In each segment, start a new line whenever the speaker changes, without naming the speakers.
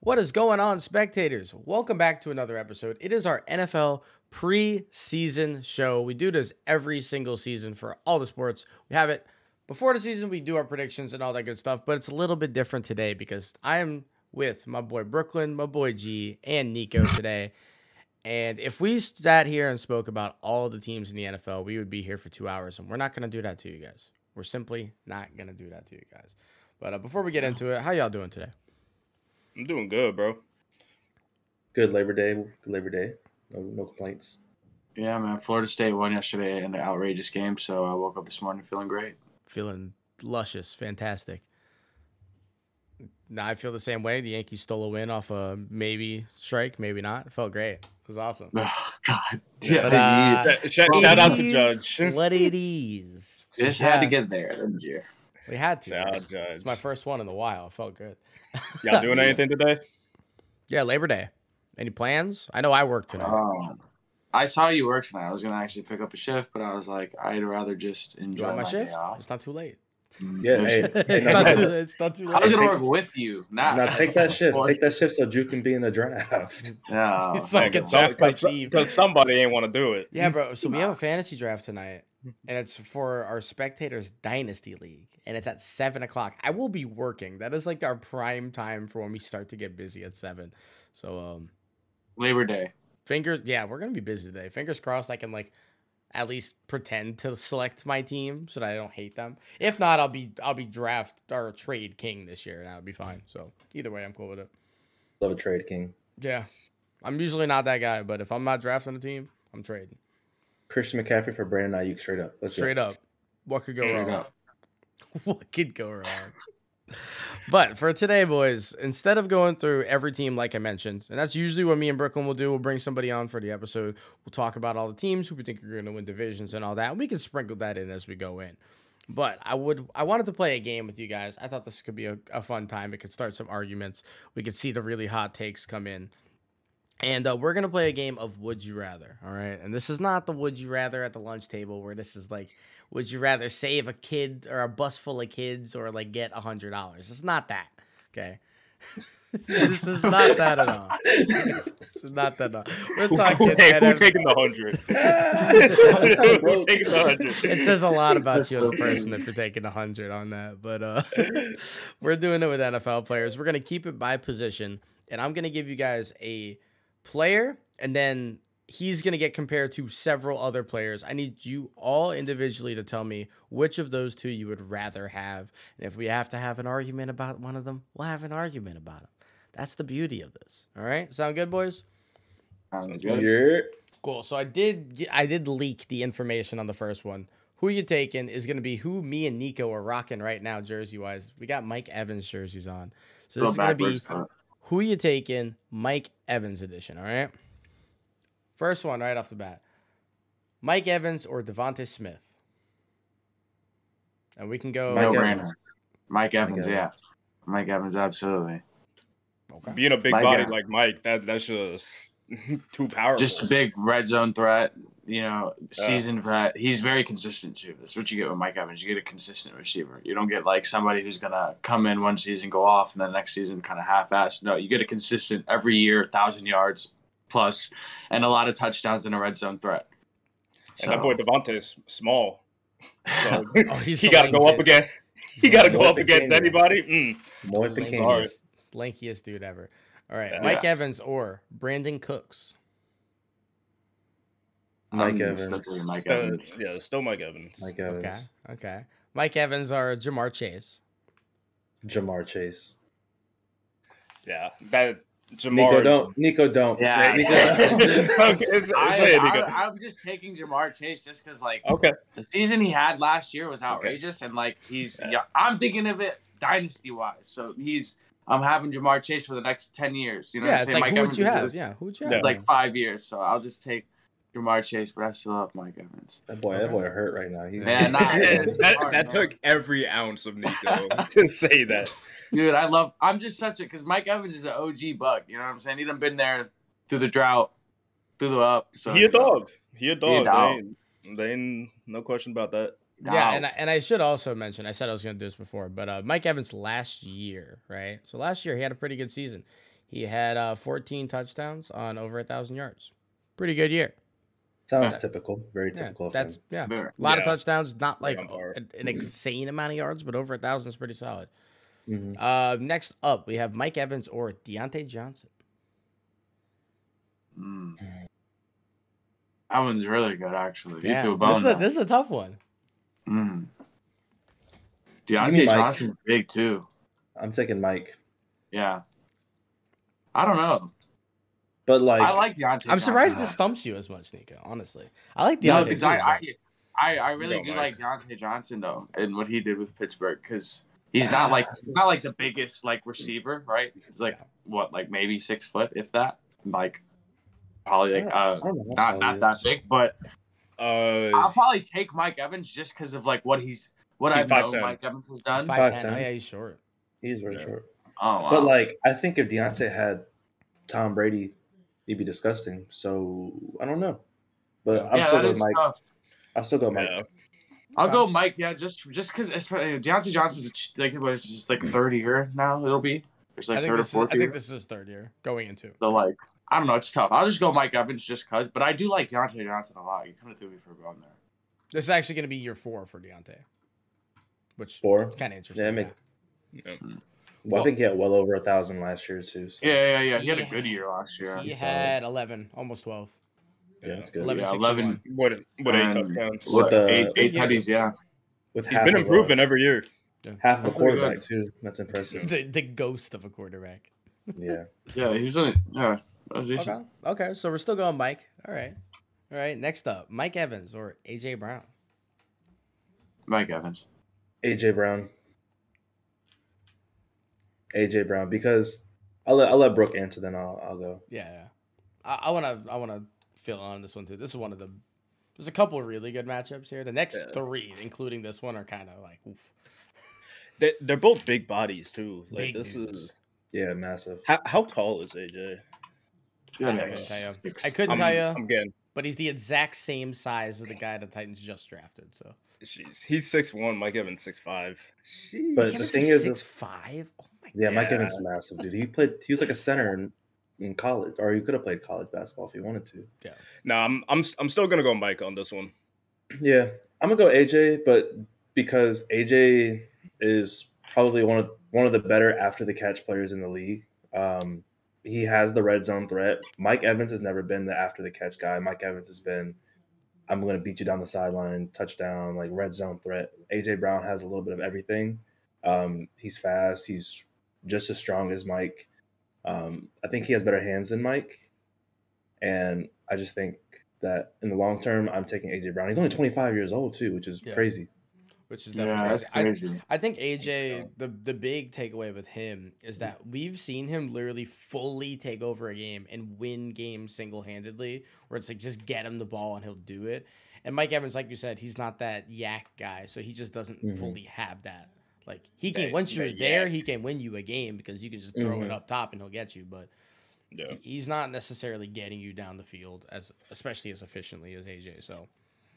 What is going on, spectators? Welcome back to another episode. It is our NFL preseason show. We do this every single season for all the sports. We have it before the season, we do our predictions and all that good stuff, but it's a little bit different today because I am with my boy Brooklyn, my boy G, and Nico today. And if we sat here and spoke about all the teams in the NFL, we would be here for two hours, and we're not going to do that to you guys. We're simply not going to do that to you guys. But uh, before we get into it, how y'all doing today?
I'm doing good, bro.
Good Labor Day. Good Labor Day. No, no complaints.
Yeah, man. Florida State won yesterday in the outrageous game, so I woke up this morning feeling great.
feeling luscious, fantastic. Now I feel the same way. The Yankees stole a win off a maybe strike, maybe not. It felt great. It was awesome.
Oh, God.
But, uh,
Sh- sh- shout out to
please
Judge. Shout
Let it ease.
This had to get there, didn't you?
We had to.
out
It's
Judge.
my first one in a while. It felt good.
Y'all doing anything today?
Yeah, Labor Day. Any plans? I know I work tonight.
Um, I saw you work tonight. I was gonna actually pick up a shift, but I was like, I'd rather just
you
enjoy
want
my,
my
day
shift?
off. Mm-hmm.
It's not too late.
Yeah,
No
hey,
shit.
it's,
no,
not
no.
too, it's not too
I was
late.
gonna work with you. Nah,
Now take that shift.
Or-
Take that shift so Juke can be in the draft.
No,
He's like,
no.
it's all- off my team.
Because somebody ain't want to do it.
Yeah, bro. So we have a fantasy draft tonight, and it's for our spectators dynasty league, and it's at seven o'clock. I will be working. That is like our prime time for when we start to get busy at seven. So um,
Labor Day.
fingers. Yeah, we're gonna be busy today. Fingers crossed. I can like at least pretend to select my team so that I don't hate them. If not, I'll be I'll be draft or trade king this year, and I'll be fine. So either way, I'm cool with it.
Love a trade king.
Yeah, I'm usually not that guy, but if I'm not drafting a team, I'm trading
Christian McCaffrey for Brandon Ayuk straight up. Let's
straight up. What could go
Straight
wrong?
up.
what could go wrong? but for today, boys, instead of going through every team like I mentioned, and that's usually what me and Brooklyn will do, we'll bring somebody on for the episode. We'll talk about all the teams who we think are going to win divisions and all that. We can sprinkle that in as we go in. But I would, I wanted to play a game with you guys. I thought this could be a, a fun time. It could start some arguments. We could see the really hot takes come in. And uh, we're gonna play a game of Would You Rather, all right? And this is not the Would You Rather at the lunch table, where this is like, Would you rather save a kid or a bus full of kids or like get a hundred dollars? It's not that, okay? this is not that at all. This is not that at all. We're
Who,
talking.
who, take- who
NFL.
taking the hundred?
up.
who taking the hundred?
it says a lot about
That's
you as a
so
person if you're taking a hundred on that. But uh, we're doing it with NFL players. We're gonna keep it by position, and I'm gonna give you guys a player, and then he's gonna get compared to several other players. I need you all individually to tell me which of those two you would rather have, and if we have to have an argument about one of them, we'll have an argument about them. That's the beauty of this. All right, sound good, boys?
Sounds good.
You're
Cool. So I did get, I did leak the information on the first one. Who you taking is going to be who me and Nico are rocking right now, jersey wise. We got Mike Evans jerseys on, so
Go
this is going to be
backwards, but-
who you taking, Mike Evans edition. All right. First one right off the bat, Mike Evans or Devonte Smith, and we can go.
Mike
no
Evans.
brainer. Mike Evans,
Evans.
yeah. Mike Evans, absolutely.
Okay.
Being a big
Mike
body
Evans.
like Mike, that that's just too powerful.
Just a big red zone threat, you know, seasoned vet. He's very consistent too. That's what you get with Mike Evans. You get a consistent receiver. You don't get like somebody who's gonna come in one season, go off, and then next season kind of half-assed. No, you get a consistent every year, thousand yards plus, and a lot of touchdowns and a red zone threat.
and that boy Devontae is small. So
Oh, he's
he
the
got to go
lame
up
kid.
against. He
Yeah,
got to go
Moy
up against
Pequeno.
anybody. Mm.
Moy
Sorry.
Pequeno.
lankiest, lankiest dude ever. All right,
Yeah.
Mike Evans or Brandon Cooks.
Mike
I'm
Evans.
stuck with Mike
Still-
Evans.
yeah, still Mike Evans.
Mike Evans.
Okay. Okay. Mike Evans or Jamar Chase.
Jamar Chase.
Yeah, that Jamar.
Nico, don't. Nico, don't.
Yeah.
Nico,
Okay, it's-
I,
it's- it's-
I, I'm just taking Jamar Chase just because, like,
Okay.
the season he had last year was outrageous, and like he's,
Yeah.
yeah, I'm thinking of it dynasty wise. So he's, I'm having Jamar Chase for the next ten years. You know,
yeah,
what I'm
it's
saying?
like who would you
is-
have?
is-
Yeah, who would you have?
Yeah.
It's like five years, so I'll just take Jamar Chase, but I still love Mike Evans.
that boy, that boy hurt right now. He,
Yeah, nah,
that,
it's hard,
that
man.
took every ounce of Nico to say that.
Dude, I love. I'm just such a because Mike Evans is an OG bug. You know what I'm saying? He done been there through the drought, through the up. So
he a dog. He a
He
dog.
a
They
dog.
ain't, they ain't no question about that.
Yeah, and I, and I should also mention, I said I was going to do this before, but uh, Mike Evans last year, right? So last year he had a pretty good season. He had uh, 14 touchdowns on over a thousand yards. Pretty good year.
Sounds typical. Very
Yeah,
typical. of
that's
him.
yeah,
Very-
a lot of
yeah.
touchdowns. Not
Right
like
on par.
an, an insane amount of yards, but over a thousand is pretty solid.
Mhm.
Uh, next up, we have Mike Evans or Deontay Johnson.
Mm. That one's really good, actually. You threw
this,
a bone.
is a,
there.
this is a tough one.
Mm.
Give me
Deontay
Mike.
Johnson's big too.
I'm taking Mike,
Yeah. I don't know.
but like,
I like Deontay.
I'm surprised
Johnson.
this stumps you as much, Nico. Honestly, I like
No,
Deontay.
because
too,
I,
but-
I, I, I really
No,
do like
Mike.
Deontay Johnson though, and what he did with Pittsburgh, because he's not like he's not like the biggest like receiver, right? He's like what, like maybe six foot, if that, like probably like uh,
I don't know.
not not that big, but I'll
Uh,
probably take Mike Evans just because of like what he's what
He's
I know
5'10".
Mike Evans has
He's
done.
Five
5'10.
ten.
Oh, yeah, he's short.
He's very
Yeah.
short.
Oh, wow.
But like, I think if Deontay had Tom Brady, he'd be disgusting. So I don't know. But I'm
yeah,
still
that
going
is uh,
Mike.
tough.
I'll still go Mike.
yeah.
I'll go Mike. Yeah, just just because Deontay Johnson's a ch- like what is this, like third year now. It'll be there's
I
like
think
third or
this is-
fourth
I
year.
think this is his third year going into.
So like I don't know, it's tough. I'll just go Mike Evans just cause, but I do like Deontay Johnson a lot. You kind of threw me for a bone there.
This is actually going to be year four for Deontay, which
Four.
kind of interesting.
Yeah, it makes.
Yeah.
Well, I think he had well over a thousand last year too. So
Yeah, yeah, yeah. He had
Yeah.
a good year last year.
He
he's
had 11, almost 12.
yeah, it's good.
11,
Yeah, 11
What what eight
Um,
touchdowns?
With
What,
the-
eight eight
Yeah.
tutties, yeah.
With
He's
half
been
of a-
improving every year.
half of a
That's pretty good.
quarterback too. That's impressive.
The, the ghost of a quarterback.
yeah.
Yeah, he was in it. Yeah, that was decent.
Okay. Okay. So we're still going Mike. All right. All right. Next up, Mike Evans or AJ Brown.
Mike Evans.
AJ Brown. AJ Brown because I'll let I'll let Brooke answer then I'll I'll go.
Yeah. yeah. I, I wanna I wanna fill on this one too. This is one of the there's a couple of really good matchups here. The next
Yeah.
three, including this one, are kind of like oof.
They, they're both big bodies too. Like
Big
this
dudes.
is
Yeah, massive.
how, how tall is AJ?
Yeah,
I
like
couldn't tell you.
six-
I couldn't
I'm,
tell you,
I'm getting.
but he's the exact same size as the guy the Titans just drafted. So
Jeez, he's six one. Mike Evans six five.
But the thing is,
six
is-
five. Oh my
yeah, Mike
Yeah.
Evans is massive, dude. He played he was like a center in, in college, or he could have played college basketball if he wanted to.
No, I'm I'm I'm still gonna go Mike on this one.
Yeah. I'm gonna go AJ, but because AJ is probably one of one of the better after the catch players in the league. Um he has the red zone threat. Mike Evans has never been the after the catch guy. Mike Evans has been I'm gonna beat you down the sideline, touchdown, like red zone threat. AJ Brown has a little bit of everything. Um he's fast, he's just as strong as Mike. Um I think he has better hands than Mike. And I just think that in the long term, I'm taking AJ Brown. He's only 25 years old too, which is
Yeah.
crazy.
Which is definitely
Yeah, that's
I-
crazy.
I think AJ, the the big takeaway with him is
Mm-hmm.
that we've seen him literally fully take over a game and win games single handedly, where it's like just get him the ball and he'll do it. And Mike Evans, like you said, he's not that yak guy, so he just doesn't
Mhm.
fully have that. Like he can
Mm-hmm. That-
once
that
you're there,
yak. Mm-hmm.
he can win you a game because you can just throw it
Mhm.
up top and he'll get you. But
Yeah,
he- he's not necessarily getting you down the field as especially as efficiently as AJ. So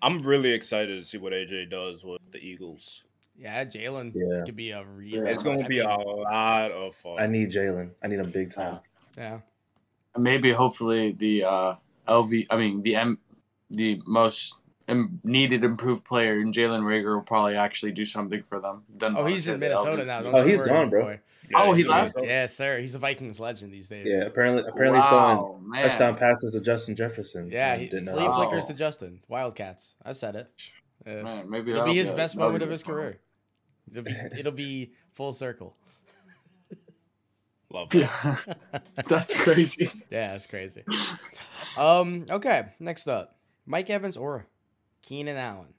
I'm really excited to see what AJ does with the Eagles.
yeah, Jalen
Yeah.
could be a reason.
Yeah,
It's gonna
I
be
mean,
a lot of fun.
I need Jalen. I need him big time.
yeah.
Maybe hopefully the uh, LV. I mean the M, the most im- needed improved player in Jalen Rager will probably actually do something for them. Then
Oh, he's in Minnesota now. Don't
Oh,
you
he's
worry,
gone,
my
bro.
boy.
Oh, he
he's-
left?
Yes, sir. He's a Vikings legend these days.
Yeah, apparently, apparently he's throwing
Wow, man.
touchdown passes to Justin Jefferson.
Yeah,
I
he, flea
didn't know.
Wow.
flickers to Justin. Wildcats. I said it. Yeah.
Man, Oh. maybe
It'll
that'll
be his
a-
best
that'll
moment
be
of
a
his
fun
career. It'll be, it'll be full circle.
Love it.
Yeah, that's crazy.
Yeah, that's crazy. Um, okay. Next up, Mike Evans or Keenan Allen.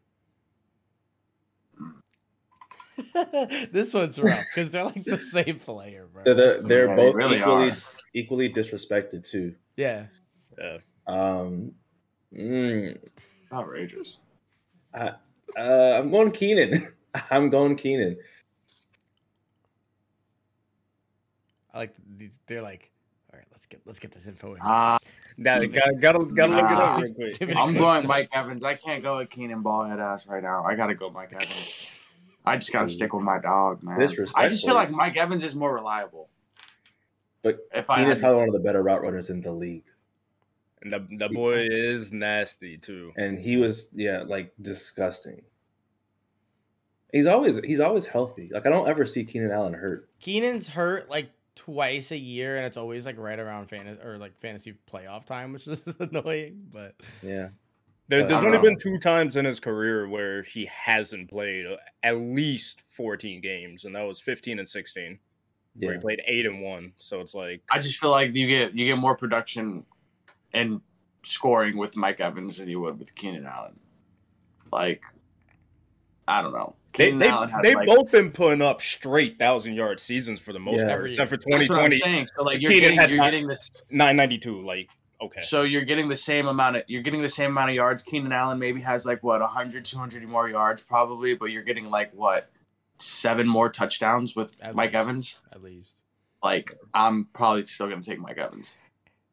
this one's rough because they're like the same player, bro.
They're, they're, they're
They
both
really
equally,
are.
equally disrespected too.
yeah,
Um, mm,
Outrageous.
uh, I'm going Keenan. I'm going Keenan.
I like these. They're like, all right, let's get let's get this info in.
Uh,
That, gotta gotta, gotta look it up real quick.
Give it a
I'm
quick
going
glance.
Mike Evans. I can't go with Keenan Ballhead ass right now. I gotta go Mike Evans. I just gotta stick with my dog, man. I just
Disrespectful.
feel like Mike Evans is more reliable.
But
If I
Keenan's
had
probably
to,
one of the better route runners in the league.
And the the boy is nasty too.
And he was, yeah, like disgusting. He's always he's always healthy. Like I don't ever see Keenan Allen hurt.
Keenan's hurt like twice a year, and it's always like right around fantasy or like fantasy playoff time, which is annoying. But
Yeah.
There,
Uh,
there's
I
only
don't
been two times in his career where he hasn't played uh, at least 14 games, and that was 15 and 16,
Yeah.
where he played eight and one. So it's like
I just feel like you get you get more production and scoring with Mike Evans than you would with Keenan Allen. Like, I don't know.
they,
Keenan
they,
Allen had,
they've
like-
both been putting up straight thousand yard seasons for the most
Yeah.
part, except for
That's what I'm
2020,
saying. So like you're
Keenan had
getting you're
nine-
getting this
992. Like, okay,
So you're getting the same amount of you're getting the same amount of yards. Keenan Allen maybe has like what 100, 200 more yards probably, but you're getting like what seven more touchdowns with
At
Mike
least.
Evans.
at least,
Like I'm probably still gonna take Mike Evans.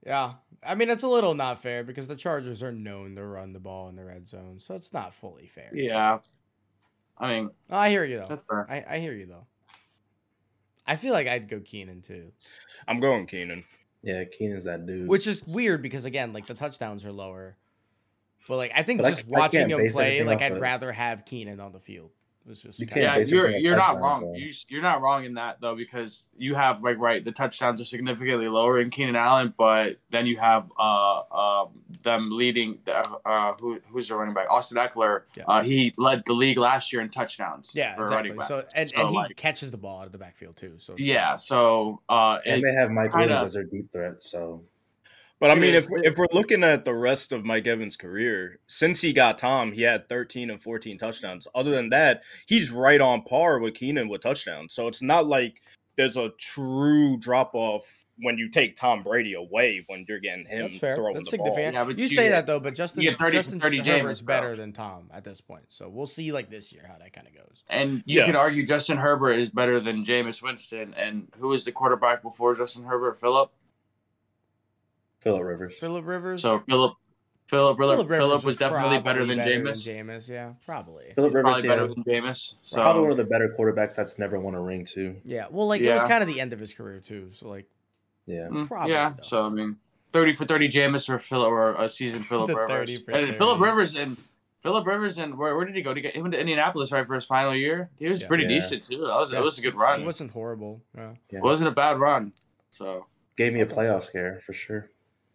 yeah. I mean, it's a little not fair because the Chargers are known to run the ball in the red zone, so it's not fully fair.
Yeah, I mean
I hear you though.
that's fair.
I, I hear you though. I feel like I'd go Keenan too,
I'm going Keenan.
Yeah, Keenan's that dude.
which is weird because again, like the touchdowns are lower, but like I think
But I-
just
I
watching
can't
him
base
play,
anything
like
off
I'd
of-
rather have Keenan on the field. It's just
You
kinda-
can't
Yeah,
basically
you're
have
you're not
touchdowns,
wrong.
though.
You, you're not wrong in that though because you have like right the touchdowns are significantly lower in Keenan Allen, but then you have uh um them leading the, uh who who's the running back Austin Eckler.
Yeah.
Uh, he led the league last year in touchdowns.
Yeah,
for
exactly.
running back.
So and,
So,
and he
like-
catches the ball out of the backfield too. So it's
yeah, so uh,
and
it-
they have Mike
kinda-
Williams as their deep threat, so
But I
It
mean,
is-
if, if we're looking at the rest of Mike Evans' career, since he got Tom, he had 13 and 14 touchdowns. Other than that, he's right on par with Keenan with touchdowns. So it's not like there's a true drop off when you take Tom Brady away when you're getting him
That's fair.
throwing
That's
the ball.
significant.
Yeah, but
you,
you
say
get-
that though, but Justin,
get 30
Justin
30
Herbert's
Jameis,
better
bro.
than Tom at this point. So we'll see like this year how that kind of goes.
and you
Yeah.
could argue Justin Herbert is better than Jameis Winston. And who was the quarterback before Justin Herbert? Philip.
Philip Rivers.
Philip Rivers.
So Philip Philip Philip,
Rivers
Philip was definitely better
probably
than Jameis.
Jameis, yeah, probably.
Philip Rivers
Probably
yeah,
better than Jameis. So
probably one of the better quarterbacks that's never won a ring too.
Yeah, well, like it was
Yeah.
kind of the end of his career too. So like
Yeah.
Mm,
Probably,
yeah.
though.
So I mean, thirty for thirty, Jameis or Phil or a season Philip
The
Rivers.
30 for
and
30.
Philip Rivers and Philip Rivers and where, where did he go? Did he, get, he went to Indianapolis right for his final year. He was
Yeah.
pretty
Yeah.
decent too. That was
Yeah.
it was a good
it
run. It
wasn't horrible. Yeah,
yeah.
wasn't a bad run. So
Gave me a playoff scare for sure.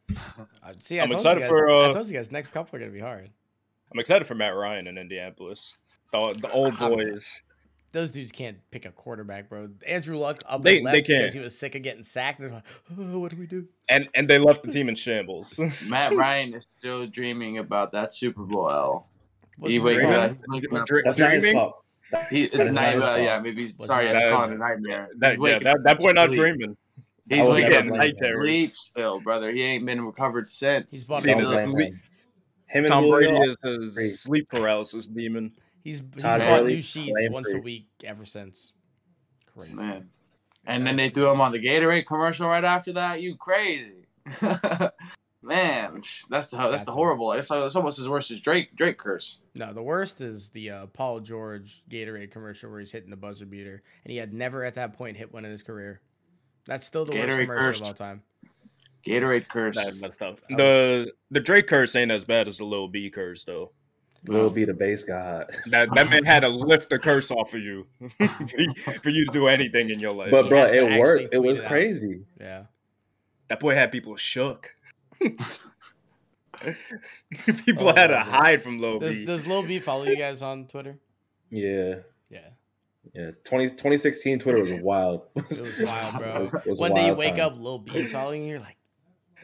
I, Uh, see, I
I'm
told
excited
you guys,
for, uh,
I told you guys next couple are gonna be hard.
I'm excited for Matt Ryan in Indianapolis. The, the old
I'm-
boys.
Those dudes can't pick a quarterback, bro. Andrew Luck up and
They- they
left because
can't.
he was sick of getting sacked. They're like, oh, what do we do?
And and they left the team in shambles.
Matt Ryan is still dreaming about that Super Bowl L.
What's
He
the
wakes
dream?
up. he's looking up-
Dre-
That's not his
dreaming?
fault.
He, it's
That's
a
not his
nightmare.
fault.
Yeah, maybe.
What's
Sorry,
that-
I'm calling it a nightmare.
That,
He's
yeah,
waking
that,
up
that boy not
asleep.
dreaming. Oh,
He's
I
waking
would've
up
done
night
that.
sleep still, brother. He ain't been recovered since.
He's bought
See,
Don't
this-
blame
we-
him. Him and
Tom Brady
Julio,
is a
Great.
sleep paralysis demon.
He's, he's
Todd
bought
Gurley,
new sheets
Clamp
once a
Freak.
week ever since. Crazy.
Man. And then they threw him on the Gatorade commercial right after that. You crazy, man? That's the that's the horrible. It's, like- it's almost as worse as Drake Drake curse.
No, the worst is the uh, Paul George Gatorade commercial where he's hitting the buzzer beater, and he had never at that point hit one in his career. That's still the worst
Gatorade
commercial
cursed.
of all time.
Gatorade curse.
That's messed up.
I was-
The the Drake curse ain't as bad as the little B curse though.
will be the base god.
That that man had to lift the curse off of you for, you for you to do anything in your life.
But
he
bro,
had to
it worked.
actually
It was
tweet it out.
crazy.
Yeah,
that boy had people shook. people had
Oh,
to
man.
hide from Lil
does,
B.
does Lil B follow you guys on Twitter?
Yeah.
Yeah,
Yeah. 20, 2016 Twitter was wild.
it was wild, bro.
It was- it was
one day you
wild
wake
times.
up, Lil B's following you. You're like,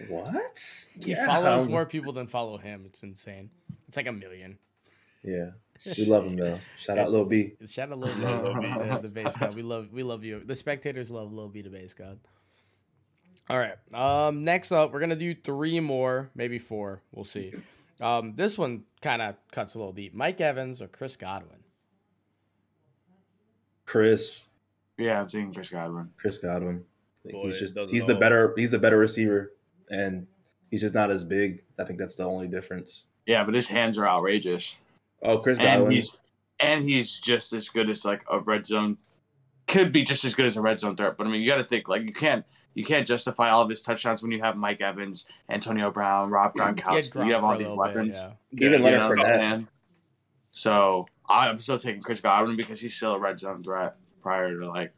What?
he follows more people than follow him. It's insane. It's like a million.
Yeah. We love him though. Shout out Lil B.
Shout out Lil B,
Yeah,
Lil B.
uh, the bass god. We love we love you. The spectators love Lil B, the bass god. All right. Um, next up, we're gonna do three more, maybe four. We'll see. Um, this one kind of cuts a little deep. Mike Evans or Chris Godwin?
Chris.
Yeah, I'm seeing Chris Godwin.
Chris Godwin.
Boy,
he's
it
just
doesn't
he's the
all-
better he's the better receiver and he's just not as big. I think that's the only difference.
Yeah, but his hands are outrageous,
Oh, Chris
and
Godwin.
he's and he's just as good as like a red zone. Could be just as good as a red zone threat, but I mean, you got to think like you can't You can't justify all of his touchdowns when you have Mike Evans, Antonio Brown, Rob Gronkowski. you have all these weapons.
Yeah,
Even
You
Leonard
know what I'm
Fournette.
saying? So I'm still taking Chris Godwin because he's still a red zone threat prior to like,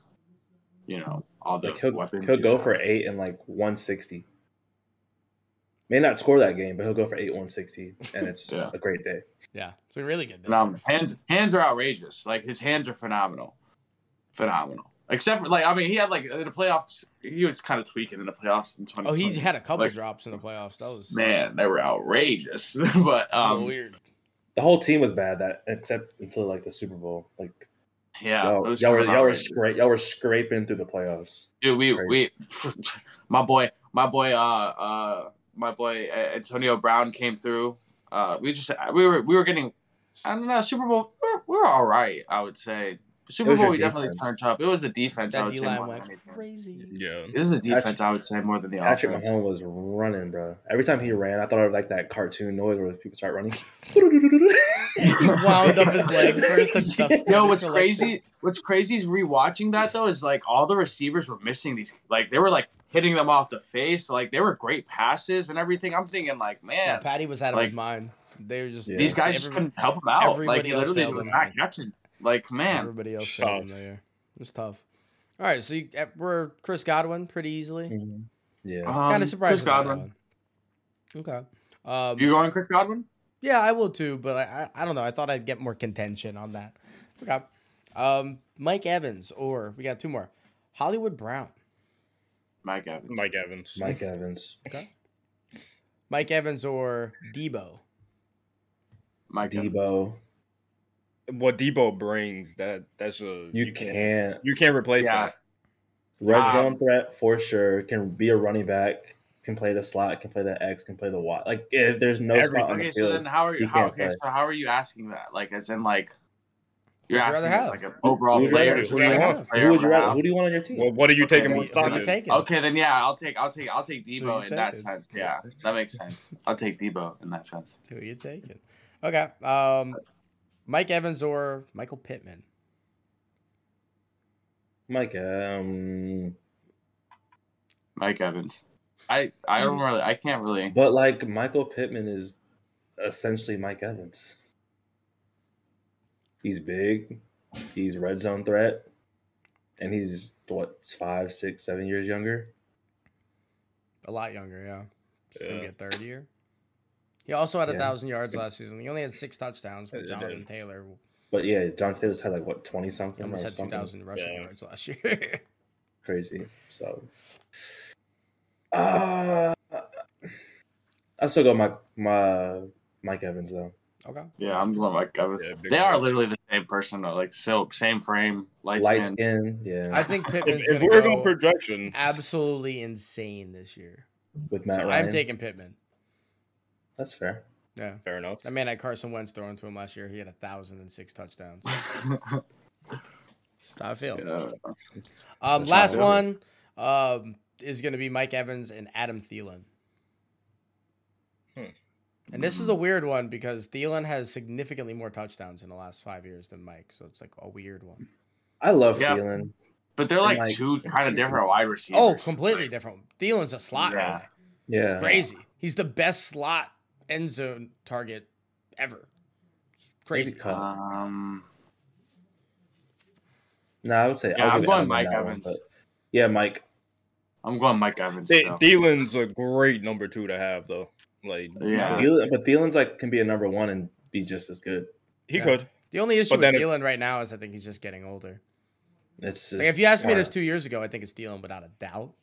you know, all the
Like he'll,
weapons.
he'll
you
go
have.
for eight and like 160. May not score that game, but he'll go for eight 160, and it's
Yeah.
a great day.
Yeah, it's been really good. day.
phenomenal. um, Hands hands are outrageous. Like his hands are phenomenal, phenomenal. Except for like I mean he had like in the playoffs he was kind of tweaking in the playoffs in 2020.
Oh, he had a couple
Like-
drops in the playoffs. That was
man they were outrageous. but
that was a little
um
weird.
The whole team was bad that except until like the Super Bowl. Like
yeah it
y'all,
was
y'all were
kind of
y'all were
outrageous.
scra- y'all were scraping through the playoffs.
Dude, we
Crazy.
we my boy my boy uh uh my boy uh, Antonio Brown came through. Uh we just we were we were getting I don't know Super Bowl we were, we were all right I would say Super
was
Bowl
your
we definitely
defense.
turned up. It was a defense I
That
would
D
say
line
more
went
than anything.
crazy.
Yeah.
This is a defense
Patrick-
I would say more than the
Patrick
offense.
Mahomes was running, bro. Every time he ran, I thought I was like that cartoon noise where people start running.
He wound up his legs first and stuff.
Yo,
started
what's
to, like-
crazy? What's crazy is rewatching that though is like all the receivers were missing these. Like they were like hitting them off the face. Like they were great passes and everything. I'm thinking like,
Yeah,
man,
Patty was out of
Like-
his mind. They were just
Yeah.
these guys just
everybody-
couldn't help him out. Like
everybody
he
else
literally
failed
was
him,
not
man.
catching. Like man,
Everybody else failed him
Tough.
there. It's tough. All right, so you, eh, we're Chris Godwin pretty easily.
Mhm. yeah,
um,
kind of surprised.
Chris
with that
Godwin.
one. Okay. Um,
You going Chris Godwin?
Yeah, I will too, but I, I I don't know. I thought I'd get more contention on that. Okay. Um, Mike Evans, or we got two more. Hollywood Brown.
Mike Evans.
Mike Evans.
Mike Evans,
Mike Evans or Debo.
Mike Evans.
Debo.
What Debo brings that that's a
You can't
you can't replace
Yeah.
that.
Red
Um,
zone threat for sure. Can be a running back. Can play the slot. Can play the X. Can play the Y. Like eh, there's no
Everything.
spot on
Okay,
the
so
field.
then how are
He
you? How,
can't
okay,
play.
so how are you asking that? Like as in like you're
Who'd you
asking
rather
as
have?
like an overall
Who'd you rather-
player. just
who'd you
like,
want?
a player
who would you rather?
overall?
Who do you want on your team?
Well, what are you
Okay,
taking
well,
with
Who are you
Godwin?
taking?
Okay, then yeah, I'll take I'll take I'll take Debo
you
in that
taking?
sense. Yeah, that makes sense. I'll take Debo in that sense.
Who you taking? Okay. Um, Mike Evans or Michael Pittman.
Mike, um,
Mike Evans. I I don't really I can't really.
but like Michael Pittman is essentially Mike Evans. He's big, he's red zone threat, and he's what five, six, seven years younger.
A lot younger, yeah. He's gonna
Yeah.
be a third year. He also had a
Yeah.
thousand yards last season. He only had six touchdowns, but
Yeah,
Jonathan
dude.
Taylor
But yeah, John Taylor's had like what twenty something,
almost
or
had two
something
thousand rushing
Yeah.
yards last year.
crazy. So, uh, I still go Mike, my Mike Evans though.
okay.
Yeah, I'm going Mike Evans.
Yeah, big
they are
time.
literally the same person though. Like so same frame, light,
Light
skin.
skin, yeah,
I think Pittman's
If, if
gonna
we're
go
going projections,
absolutely insane this year.
with
So
Matt Ryan.
I'm taking Pittman.
That's fair.
Yeah.
fair enough.
That man had Carson Wentz throwing to him last year. He had a thousand and six touchdowns. That's how I feel.
Yeah.
Um,
That's
last
how I
one um, is going to be Mike Evans and Adam Thielen.
Hmm.
And this
Mm-hmm.
is a weird one because Thielen has significantly more touchdowns in the last five years than Mike, so it's like a weird one.
I love
Yeah.
Thielen.
But they're like,
like-
two kind of different wide receivers.
Oh, completely different. Thielen's a slot
Yeah.
guy.
Yeah,
It's crazy. He's the best slot end zone target ever. It's
Maybe
Crazy.
Cousins.
Um,
no, I would say
Yeah,
I'll
I'm
give
going
Adam
Mike
that one,
Evans.
but- yeah, Mike.
I'm going Mike Evans.
Th-
though.
Thielen's a great number two to have though. Like
Yeah.
Thielen, but Thielen's like can be a number one and be just as good.
he
Yeah.
could.
The only issue
But
with
then it-
Thielen right now is I think he's just getting older.
It's just,
Like if you asked me
uh,
this two years ago, I think it's Thielen without a doubt.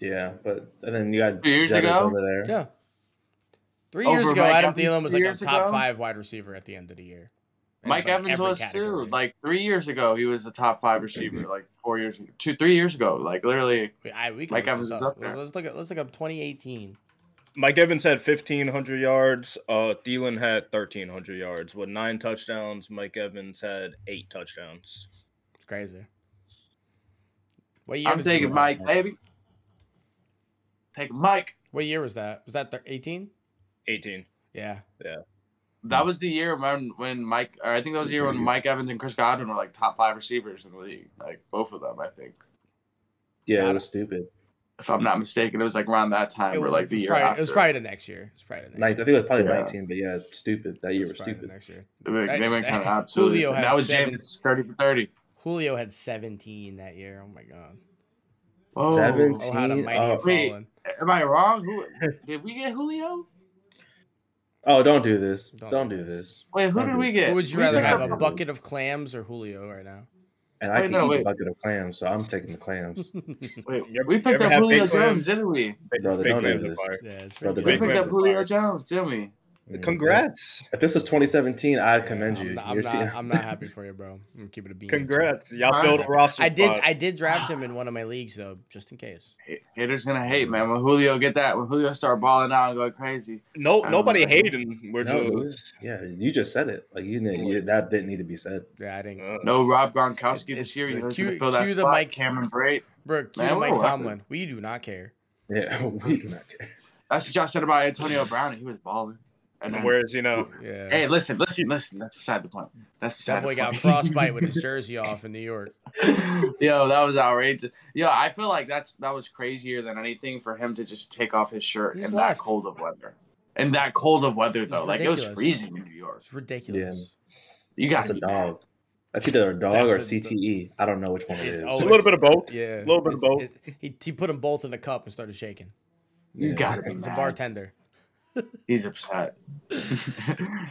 yeah, but and then you got
Two years
Jettas
ago?
over there.
Yeah. Three
Over
years ago,
Mike
Adam
Evans
Thielen was
three
like a
years
top
ago?
five wide receiver at the end of the year. In,
Mike
like,
Evans
every
was
category.
too. Like three years ago, he was the top five receiver. Like four years, two, three years ago. Like literally,
We- I, we can
Mike
look
Evans
this
was
up.
up there.
Let's look at let's look up 2018.
Mike Evans had fifteen hundred yards. Uh, Thielen had thirteen hundred yards with nine touchdowns. Mike Evans had eight touchdowns.
It's crazy. What year?
I'm
did you
taking
run
Mike,
that?
baby. Take Mike.
What year was that? Was that 18?
Eighteen.
Yeah.
That was the year when when Mike, or I think that was the year when Mike Evans and Chris Godwin were like top five receivers in the league, like both of them. I think.
Yeah,
Got
it
it.
was stupid.
if I'm not mistaken. It was like around that time or like the
was
year
probably,
after.
It was probably the next year. It was probably the
Like, I
next
think it was probably
Yeah.
19, but yeah, stupid. That
year. It
year
was
was
probably the
stupid.
next year.
They went- they went
That-
kind of
that-
absolutely.
Julio
That
had
was
seven-
James thirty for thirty.
Julio had 17 that year. Oh my god.
Oh,
Oh, how the
17?
mighty
Oh.
have
Wait.
fallen.
am I wrong? Who, did we get Julio?
Oh, don't do this.
Don't
Don't,
do
do
this.
this.
Wait, who did we get?
Who would you
We
rather
picked
have?
up-
A bucket of clams or Julio right now?
And I
Wait,
can
no,
eat
wait.
a bucket of clams, so I'm taking the clams.
You
Wait,
ever-
we picked
ever
up
had
Julio
big plans?
Jones, didn't we?
Big-
Brother,
big
don't do
clams are
this.
fire.
yeah, it's
Brother,
pretty
We
Big
good.
picked
man
up
is
Julio
fire.
Jones, didn't we?
Mm,
Congrats.
If this was 2017, I'd commend
Yeah, I'm
you.
not- I'm
Your
not,
team-
I'm not happy for you, bro. I'm gonna keep it a bean. with you.
Congrats. Y'all
Fine.
filled a roster.
I did.
spot.
I did draft him in one of my leagues though, just in case.
Haters gonna hate, man. When Julio get that, when Julio start balling out and going crazy,
no,
I
nobody
don't know.
hating. We're
No, it
just.
was- yeah, you just said it. Like you didn't. you- that didn't need to be said.
Yeah, I didn't.
Uh,
no Rob Gronkowski
It's-
this year. You
it's-
know, he's
cue-
gonna fill that
cue the
spot.
mic.
Cameron Brate.
Bro, cue
Man,
Mike
we're rapping.
Tomlin. We do not care.
Yeah, we do not care.
That's what y'all said about Antonio Brown. and He was balling. And then-
Whereas you know,
Yeah.
Hey, listen, listen, listen. That's beside the point. That's beside
that boy
the
got
point.
frostbite with his jersey off in New York.
Yo, that was outrageous. Yo, I feel like that's that was crazier than anything for him to just take off his shirt
He's
in
left.
that cold of weather. In that cold of weather, though, like it was
ridiculous.
freezing in New York.
It's ridiculous.
You got
That's
to
a
be
dog. That's either a dog
That's a-
or CTE. I don't know which one it
It's
is.
a
always-
little bit of both.
Yeah. A
Little bit of both.
he, he put them both in a cup and started shaking.
You
Yeah.
gotta be
He's a
mad.
bartender.
He's upset.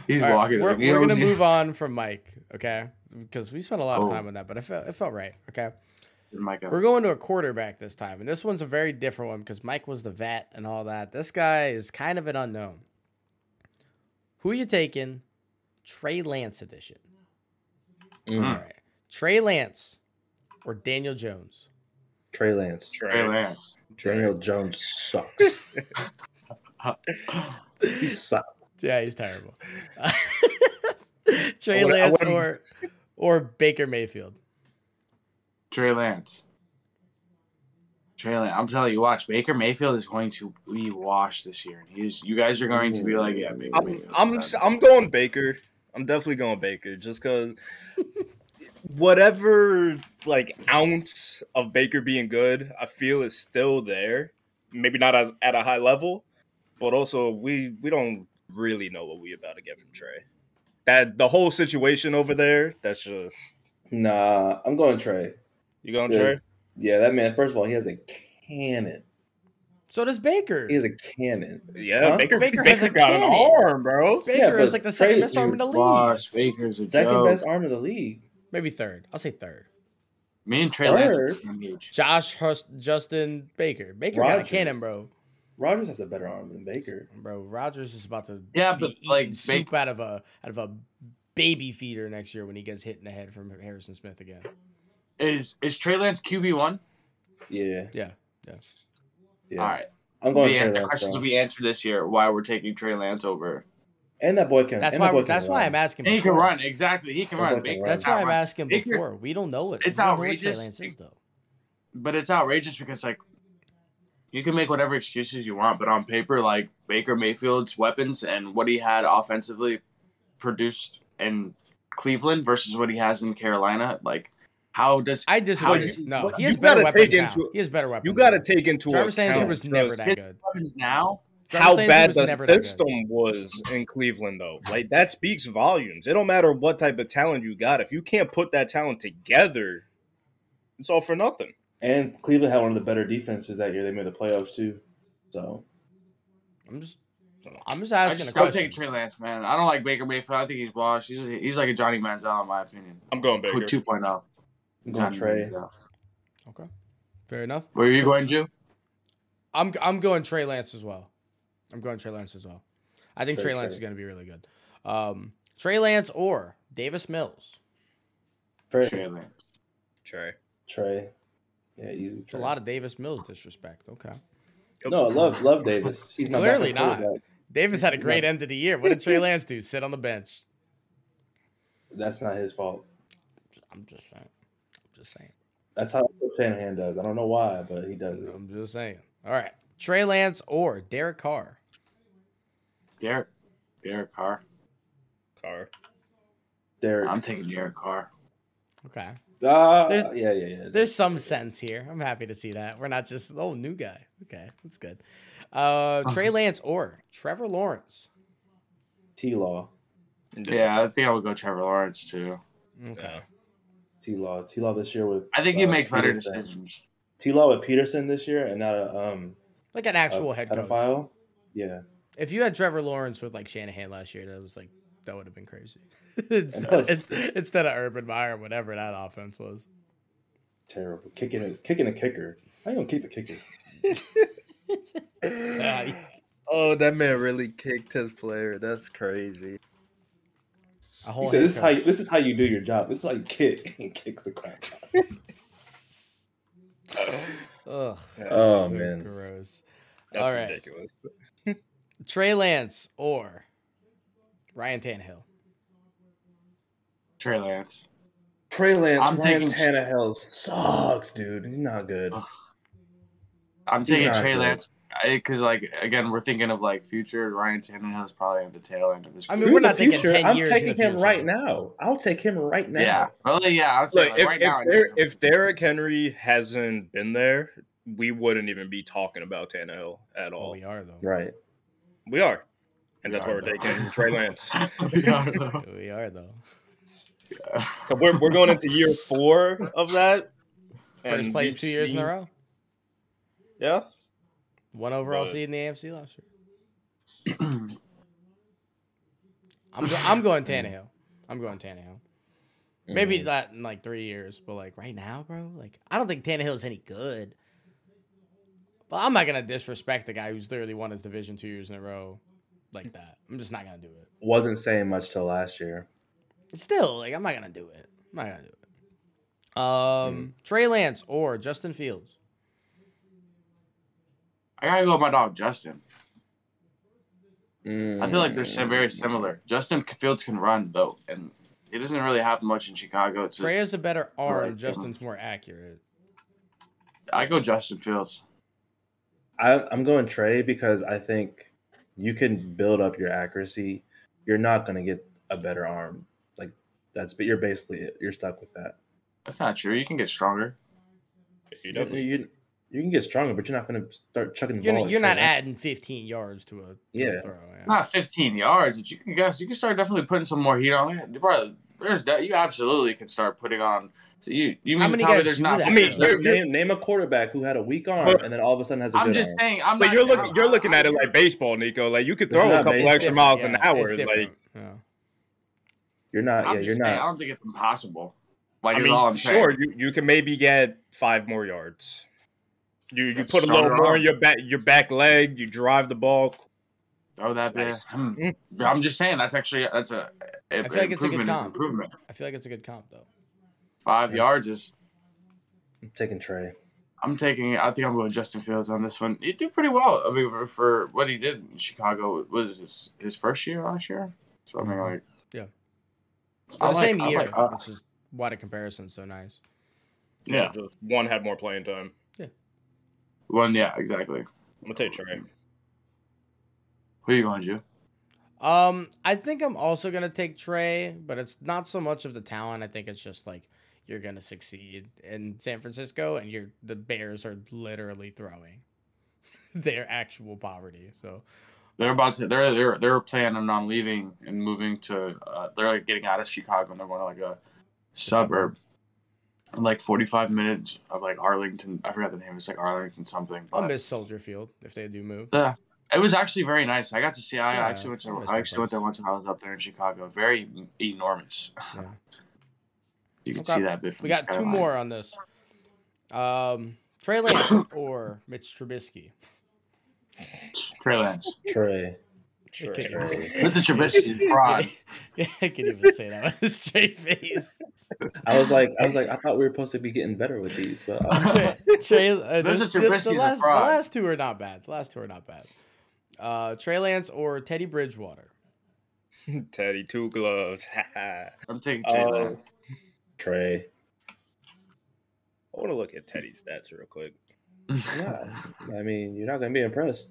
He's
All right,
walking.
we're
like, you know,
we're gonna move on from Mike, okay? Because we spent a lot of
Oh.
time on that, but it felt it felt right. Okay.
Mike up.
We're going to a quarterback this time, and this one's a very different one because Mike was the vet and all that. This guy is kind of an unknown. Who you taking? Trey Lance edition. All
Mm,
right. Trey Lance or Daniel Jones?
Trey Lance.
Trey
Trey
Lance.
Daniel Jones sucks. he sucks.
Yeah, he's terrible.
I
Trey
would- I
Lance
wouldn't-
or or Baker Mayfield.
Trey Lance. Trey Lance. I'm telling you, watch Baker Mayfield is going to be washed this year. and He's you guys are going to be like, yeah, Baker
I'm
Mayfield's
I'm
done.
I'm going Baker. I'm definitely going Baker just because whatever like ounce of Baker being good, I feel is still there. Maybe not as at a high level, but also we we don't really know what we about to get from Trey. That the whole situation over there, that's just
Nah, I'm going Trey.
you going Trey?
Because- Yeah, that man. First of all, he has a cannon.
So does Baker.
He has a cannon.
Yeah,
Huh?
Baker
Baker
Baker,
has a
got an
cannon.
arm, bro.
Baker
Yeah,
is
but
like the
Trey
second best
is
arm in the league.
washed. Baker's a
Second
joke.
best arm in the league.
Maybe third. I'll say third.
Me and Trey Lance
Third.
are the same age.
Josh Hurst, Justin Baker. Baker got a
Rodgers.
cannon, bro.
Rogers has a better arm than Baker.
Bro, Rogers is about to
Yeah,
be
but,
eating
like,
soup out of a out of a baby feeder next year when he gets hit in the head from Harrison Smith again.
Is is Trey Lance QB one?
Yeah.
Yeah, yeah.
Yeah.
All right.
I'm going
The
Trey
an- the
Lance.
questions
though.
will be answered this year. Why we're taking Trey Lance over?
and that boy can.
That's
and that
why.
boy can
That's why
run.
I'm asking.
And he can
before.
run exactly. He can
That boy
run.
can
Baker's
run.
That's
not
why I'm
running.
asking
Baker-
before. We don't know it.
It's
We don't know what Trey
outrageous.
Lance is, though.
but it's outrageous because like you can make whatever excuses you want, but on paper, like Baker Mayfield's weapons and what he had offensively produced in Cleveland versus what he has in Carolina, like how does
I
How
disagree.
does he-
No, he
You
has better
gotta
weapons
take
now.
into-
He has better weapons.
You got to
now.
take into
Travis
account
Sander was never
just
that good.
weapons now?
Travis
how
Sanford
bad
was
the
never that good.
system was in Cleveland, though. Like that speaks volumes. It don't matter what type of talent you got. If you can't put that talent together, it's all for nothing.
And Cleveland had one of the better defenses that year. They made the playoffs too. So
I'm just, I'm just
I
asking
just,
a
I'm
question.
taking Trey Lance, man. I don't like Baker Mayfield. I think he's washed. He's, he's like a Johnny Manziel in my opinion.
I'm going
Who-
Baker.
2.0.
I'm going
Johnny
Trey.
Manziel.
Okay, fair enough.
Where are you going, Jew?
I'm I'm going Trey Lance as well. I'm going Trey Lance as well. I think Trey,
Trey,
Lance
Trey.
is going to be really good. Um, Trey Lance or Davis Mills.
Trey
Trey.
Lance.
Trey.
Trey. Yeah, easy.
It's a
Trey.
lot of Davis Mills disrespect. Okay.
No, I love love Davis. He's my
Clearly
backup
not.
quarterback.
Davis had a great end of the year. What did Trey Lance do? Sit on the bench.
That's not his fault.
I'm just saying. I'm just saying.
That's how Bill Shanahan does. I don't know why, but he does it.
I'm just saying. All right. Trey Lance or Derek Carr.
Derek. Derek Carr.
Carr.
Derek.
I'm taking Derek Carr.
Okay.
Ah,
There's-
yeah, yeah, yeah.
There's some sense here. I'm happy to see that. We're not just oh new guy. Okay, that's good. Uh, Trey Lance or Trevor Lawrence.
T Law,
Yeah, I think I would go Trevor Lawrence too.
Okay.
T Law, T Law this year with.
I think he
uh,
makes better
Peterson.
decisions.
T Law with Peterson this year, and not a um
Like an
a
actual head coach.
pedophile. Yeah,
If you had Trevor Lawrence with like Shanahan last year, that was like that would have been crazy. instead,
knows?
instead- instead of Urban Meyer, whatever that offense was.
terrible. Kicking is kicking a kicker. How you gonna keep a kicker?
Uh,
Oh, that man really kicked his player. That's crazy.
a
He
whole
said,
head
"This is how
coach.
you, this is how you do your job. This is how you kick and kicks the crap." out of it.
Ugh. that's
Oh,
so
man.
gross.
That's
All right.
ridiculous.
Trey Lance or Ryan Tannehill.
Trey Lance.
Trey Lance,
I'm
Ryan
taking-
Tannehill sucks, dude. He's not good.
Ugh. I'm
He's
taking
not
Trey
good.
Lance because, like, again, we're thinking of like future Ryan Tannehill is probably at the tail end of his.
I mean,
Dude,
career.
we're
the
not thinking 10
I'm
years in
taking
the
him
future.
right now. I'll take him right now.
yeah, well, yeah. I was saying,
Look,
like,
if,
right
if,
now, I
Der-
think-
if Derrick Henry hasn't been there, we wouldn't even be talking about Tannehill at
Oh,
all.
we are though.
Right.
We are. And
We
that's
are,
why we're
though.
taking Trey Lance.
Yeah,
We are though.
I
'Cause
know.
We're, we're going into year four of that.
First
and
place
we've
two years in a
seen-
row.
Yeah.
One overall
But-
seed in the AFC last year. I'm go- I'm going Tannehill. I'm going Tannehill.
Mm-hmm.
Mm.
Maybe not in like three years, but like right now, bro. Like I don't think Tannehill is any good. But I'm not gonna disrespect the guy who's literally won his division two years in a row, like that. I'm just not gonna do it.
Wasn't saying much till last year.
Still, like I'm not gonna do it. I'm not gonna do it.
Mm.
Um, Trey Lance or Justin Fields.
I gotta go with my dog Justin. I feel like they're sim- very similar. Justin Fields can run though, and it doesn't really happen much in Chicago. It's
Trey
just,
has a better arm.
Right.
Justin's more accurate.
I go Justin Fields.
I, I'm going Trey because I think you can build up your accuracy. You're not going to get a better arm. Like that's, but you're basically it. You're stuck with that.
That's not true. You can get stronger.
You
You,
definitely.
you- you can get stronger, but you're not going to start chucking the
You're,
ball.
not-
at
you're
Trey
not
Lance.
adding 15 yards to a, to
Yeah.
a throw. yeah.
Not 15 yards, but you can guess. You can start definitely putting some more heat on it. Bro, there's that. You absolutely can start putting on. So you you
How
mean
many
to tell me
guys
there's
do
not?
that,
I mean,
there's
you're-
not-
name, name a quarterback who had a weak arm
But-
and then all of a sudden has a
I'm
good arm.
just saying. I'm
But
not-
you're looking
I'm-
you're looking at it
I'm-
like baseball, Nico. Like you could
It's
throw
not
Oh, a couple
baseball.
extra
Different,
miles an
yeah, it's
hour.
different,
Like
yeah.
You're not.
I'm
yeah,
just
you're
saying, I
not.
don't think it's impossible. Like
I
is
mean,
all I'm saying.
sure, you, you can maybe get five more yards. You you
That's
put a little
stronger
more
arm.
in your back your back leg. You drive the ball.
Throw that bit.
Nice. Mm.
Hmm. I'm just saying that's actually that's a
I feel like it's a good
improvement is
comp.
improvement.
I feel like it's a good comp though.
Five
Yeah.
yards is.
I'm taking Trey.
I'm taking. I think I'm going Justin Fields on this one. He did pretty well. I mean, for, for what he did in Chicago, it was his his first year last year. So I mean, like,
Yeah.
So
They're
I
the
like-
same
I
year,
like uh, us.
which is why the comparison's so nice.
yeah.
Just one had more playing time.
One. Yeah. Exactly.
I'm gonna take Trey.
Who you going to?
Um, I think I'm also gonna take Trey, but it's not so much of the talent. I think it's just like you're gonna succeed in San Francisco, and you're the Bears are literally throwing their actual poverty. So
They're about to. They're they're they're planning on leaving and moving to. Uh, they're like getting out of Chicago and they're going to like a suburb. in, Like 45 minutes of like Arlington, I forgot the name. It's like Arlington something.
I'll
but-
miss Soldier Field if they do move.
Yeah, it was actually very nice. I got to see. I
Yeah,
actually went
I
to.
miss
I
that
actually went there once when I was up there in Chicago. Very e, enormous.
Yeah.
You can
Okay.
see that bit. From
We got two
Carolina.
more uh, on this. Um, Trey Lance or Mitch Trubisky.
Trey Lance.
Trey.
Sure.
Okay.
Trey.
It's a Trubisky fraud.
Yeah, I can even say that with a straight face.
I was like, I was like, I thought we were supposed to be getting better with these, but
Trey, Trey- uh,
Those
this- the,
are
the
Trubisky's a
last, the
fraud.
last two are not bad. The last two are not bad. Uh, Trey Lance or Teddy Bridgewater.
Teddy two gloves. I
I'm taking Trey
Uh,
Lance.
Trey.
want to look at Teddy's stats real quick.
Yeah. I mean, you're not gonna be impressed.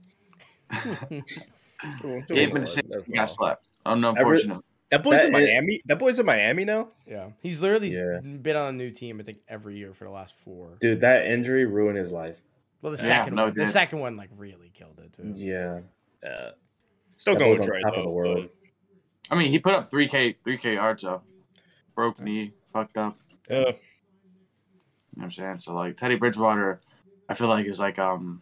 Gabe Vincent got
That's all.
slept. I'm
Every-
unfortunate.
That boy's
That
in
is-
Miami. That boy's in Miami now.
Yeah, he's literally
Yeah.
been on a new team. I think every year for the last four.
Dude, that injury ruined his life.
Well, the
Yeah,
second
no,
one, the
dude.
second one, like really killed it too.
Yeah.
Yeah. Still
That
going
boy's on
right
top
though.
of the world.
I mean, he put up three k three k yards though. Broke knee, fucked up.
so, yeah.
You know what I'm saying? So like Teddy Bridgewater, I feel like is like um,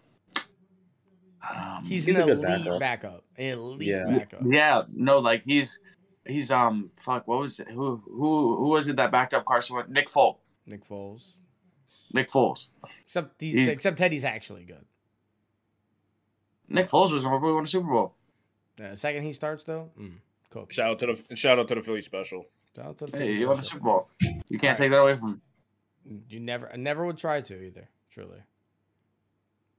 um
He's,
He's
an
a good
elite backup.
backup.
an elite
Yeah.
backup.
yeah no like he's he's um fuck what was it who who who was it that backed up Carson Wentz? Nick Folk
Nick Foles,
Nick Foles
except he's,
He's-
except Teddy's actually good.
Nick Foles was the one who won the Super Bowl
Uh, the second he starts though,
Hmm.
mm, cool.
Shout out to the shout out to the Philly special.
Shout out to the
hey
Phillies
he won the
special.
Super Bowl you can't
Alright.
take that away from him.
You never, I never would try to either. Truly,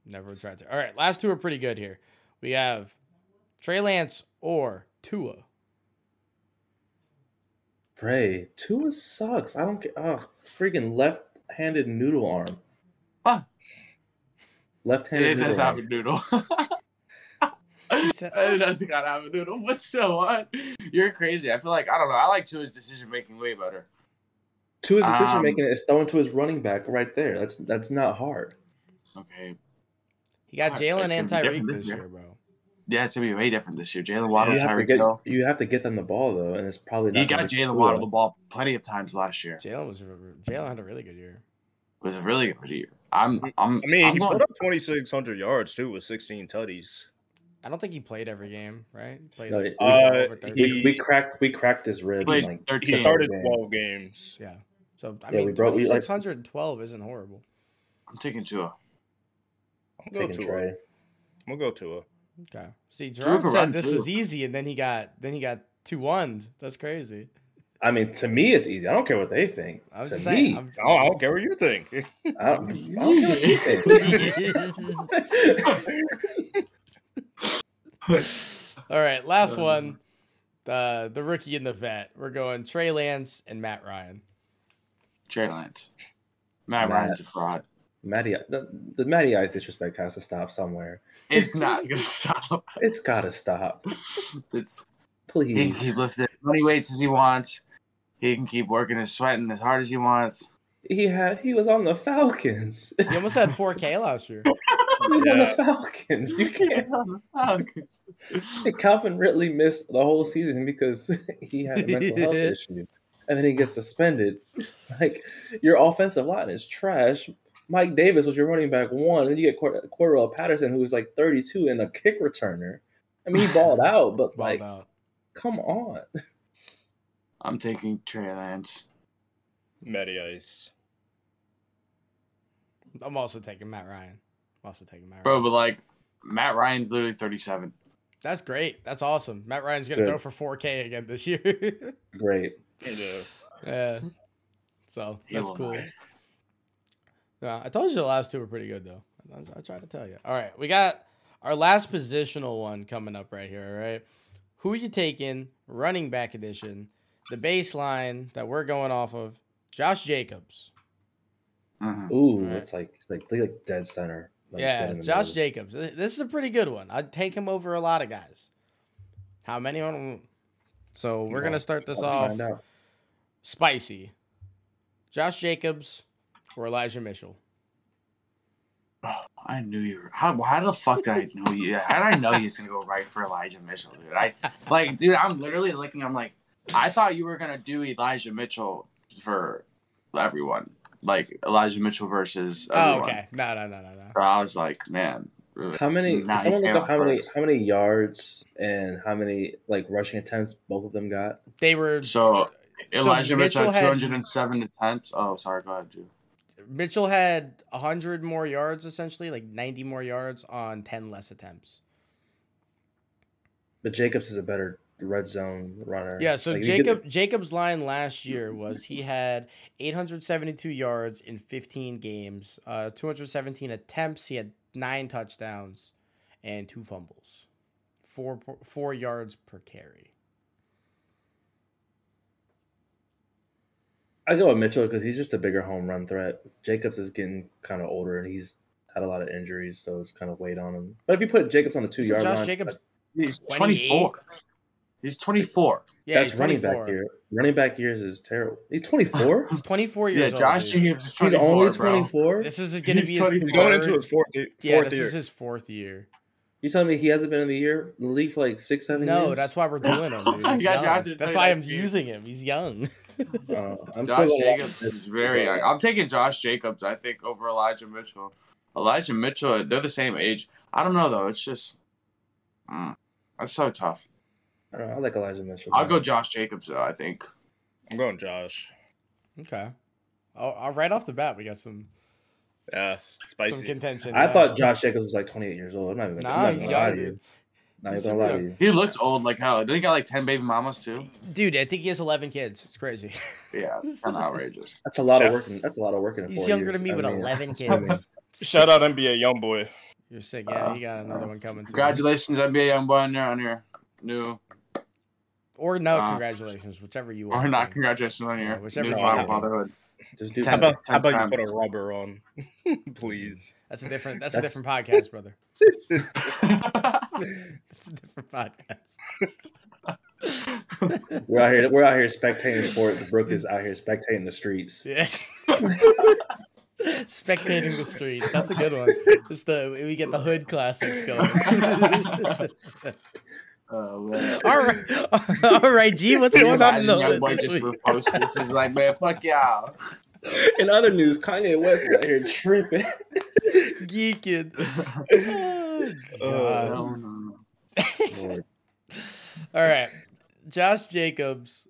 never would try to. All right, last two are pretty good here. We have Trey Lance or Tua.
Pray. Tua sucks. I don't care. Oh, freaking left-handed noodle arm.
Huh. it
Left-handed
does
noodle
have a
arm.
noodle
He said-
it does not have a noodle but still what you're crazy I feel like I don't know I like Tua's decision making way better
Tua's decision
Um,
making is throwing to his running back right there. That's that's not hard.
okay
He got
Alright,
Jalen
it's
and
gonna be
Tyreek
different
this
this year.
year, bro.
yeah it's gonna be way different this year Jalen Waddle
you, have to
Tyreek
get,
Hill
you have to get them the ball though, and it's probably not.
he
gonna
got
be
Jalen
Tua.
Waddle the ball plenty of times last year
Jalen was Jalen had a really good year.
It was a really good year. I'm, I'm,
I mean,
I'm
he
going-
put up twenty six hundred yards too with sixteen tutties.
I don't think he played every game, right? He Played
No,
like,
he-
over
Uh,
30.
We, we cracked we cracked his
he
ribs.
played
like,
13.
He started
man.
twelve games.
yeah. So I
Yeah, we
mean,
brought-
twenty
we, like-
six hundred and twelve isn't horrible.
I'm taking Tua.
I'm gonna go
taking
Tua.
Trey.
I'm gonna go Tua.
Okay. See,
Drew
Jerome said
Grant,
this
too.
was easy, and then he got then he got two one. That's crazy.
I mean, to me, it's easy. I don't care what they think.
I was
to
just
me,
saying. I'm,
Oh, I don't care what you think.
I don't, I don't care what you oh.
I'm-
think.
All right, last
Um,
one. Uh, the rookie and the vet. We're going Trey Lance and Matt Ryan.
Trey Lance. Matt
Matt.
Ryan's a fraud.
Matty, the, the Matty Ice disrespect has to stop somewhere.
It's not going to stop.
It's got to stop,
It's he,
please.
he lifted as many weights as he wants. He can keep working and sweating as hard as he wants.
He had he was on the Falcons. he
He almost had four K last year.
was on
Yeah.
the Falcons. You can't.
Fuck.
Calvin Ridley missed the whole season because he had a mental health issue, and then he gets suspended. Like your offensive line is trash. Mike Davis was your running back one, and you get Cor- Cordell Patterson, who was like 32 and a kick returner. I mean, he balled out, but
Balled
like,
out.
come on.
I'm taking Trey Lance.
Matty Ice.
I'm also taking Matt Ryan. I'm also taking Matt
Bro,
Ryan.
but like, Matt Ryan's literally 37.
That's great. That's awesome. Matt Ryan's gonna
Good.
throw for four K again this year.
Great.
Yeah.
yeah. So
He
that's
will
cool.
not.
Yeah, I told you the last two were pretty good though. I, I tried to tell you. All right, we got our last positional one coming up right here. All right, who you taking? Running back edition. The baseline that we're going off of: Josh Jacobs.
Mhm.
Ooh,
Alright.
it's like it's like they like dead center. Like dead
yeah,
in the
Josh
middle.
Jacobs. Th- This is a pretty good one. I'd take him over a lot of guys. How many? I don't- So we're
Well,
gonna start this
I'll
off
find out.
spicy. Josh Jacobs or Elijah Mitchell.
Oh, I knew you. Were, how, how the fuck did I know you? How did I know you was gonna go right for Elijah Mitchell, dude? I like, dude. I'm literally looking. I'm like, I thought you were gonna do Elijah Mitchell for everyone, like Elijah Mitchell versus everyone.
Oh, okay. No, no, no, no, no.
So I was like, man, really?
How many?
Nah,
can someone
he
look
came
up how
out
many
first.
how many yards and how many like rushing attempts both of them got?
They were
So, Elijah
Mitchell
Mitchell, had
had-
207 attempts. Oh, sorry, go ahead, Drew.
Mitchell had 100 more yards, essentially, like 90 more yards on 10 less attempts.
But Jacobs is a better red zone runner.
Yeah, so
Like, if you get
Jacob Jacob's line last year was he had 872 yards in 15 games, uh, 217 attempts, he had 9 touchdowns and 2 fumbles. 4 po- 4 yards per carry.
the- I go with Mitchell because he's just a bigger home run threat. Jacobs is getting kind of older and he's had a lot of injuries, so it's kind of weight on him. But if you put Jacobs on the two
So
yard
Josh
line,
Jacobs
He's
28.
24. He's 24.
Yeah,
That's
he's
running
24.
back year. Running back years is terrible. He's 24.
He's 24
Yeah,
years old.
Josh
dude.
Jacobs is
He's
24,
only
bro.
24.
This is going to
He's
be his
24.
He's going
third-
into his fourth, fourth
yeah, this
year.
is his fourth year.
You telling me he hasn't been in the year in the league for like six, seven
No,
years?
that's why we're doing him. Dude.
I
He's
got you. I
young.
have to tell
That's
you
why
that
I'm
experience.
using him. He's young.
Uh, I'm still
Josh
gonna watch
Jacobs
this.
is very. I'm taking Josh Jacobs. I think over Elijah Mitchell. Elijah Mitchell. They're the same age. I don't know though. It's just. Mm, that's so tough.
I don't know. I like Elijah Mitchell.
I'll go Josh Jacobs though. I think.
I'm going Josh.
Okay. Oh, oh, right off the bat, we got some
Yeah, spicy.
some contention.
I
now.
thought Josh Jacobs was like 28 years old. I'm not even gonna,
Nah,
I'm not
he's
gonna lie
young,
to you.
dude.
Not
He's
even gonna lie to
young.
you.
He looks old like hell. Didn't he got like ten baby mamas too?
Dude, I think he has 11 kids. It's crazy.
Yeah, it's kind of outrageous.
That's a lot
Shaq-
of working. That's a lot of working.
He's younger than me with 11 kids.
Shout out NBA young boy.
You're sick. Yeah, he got another one coming. too.
Congratulations, NBA young boy, on your on your new
Or no,
Uh,
congratulations, whichever you are.
or not.
dude.
Congratulations on
Yeah,
your
whichever
new
one
final
it is.
fatherhood.
Just do
How
that.
Ten-
about how about
ten
you
times.
put a rubber on, please?
That's a different. That's,
That's-
a different podcast, brother. That's a different podcast.
We're out here. We're out here spectating sports. Brooke is out here spectating the streets.
Yes. Spectating the streets. That's a good one. Just the we get the hood classics going.
oh man.
all right, all right, G. What's
Can you
going on in
imagine
the
young
hood
boy
this
just
week?
reposts this? Is like, man, fuck y'all.
In other news, Kanye West is out here tripping.
Geeking. Oh, God.
No, no, no.
All right. Josh Jacobs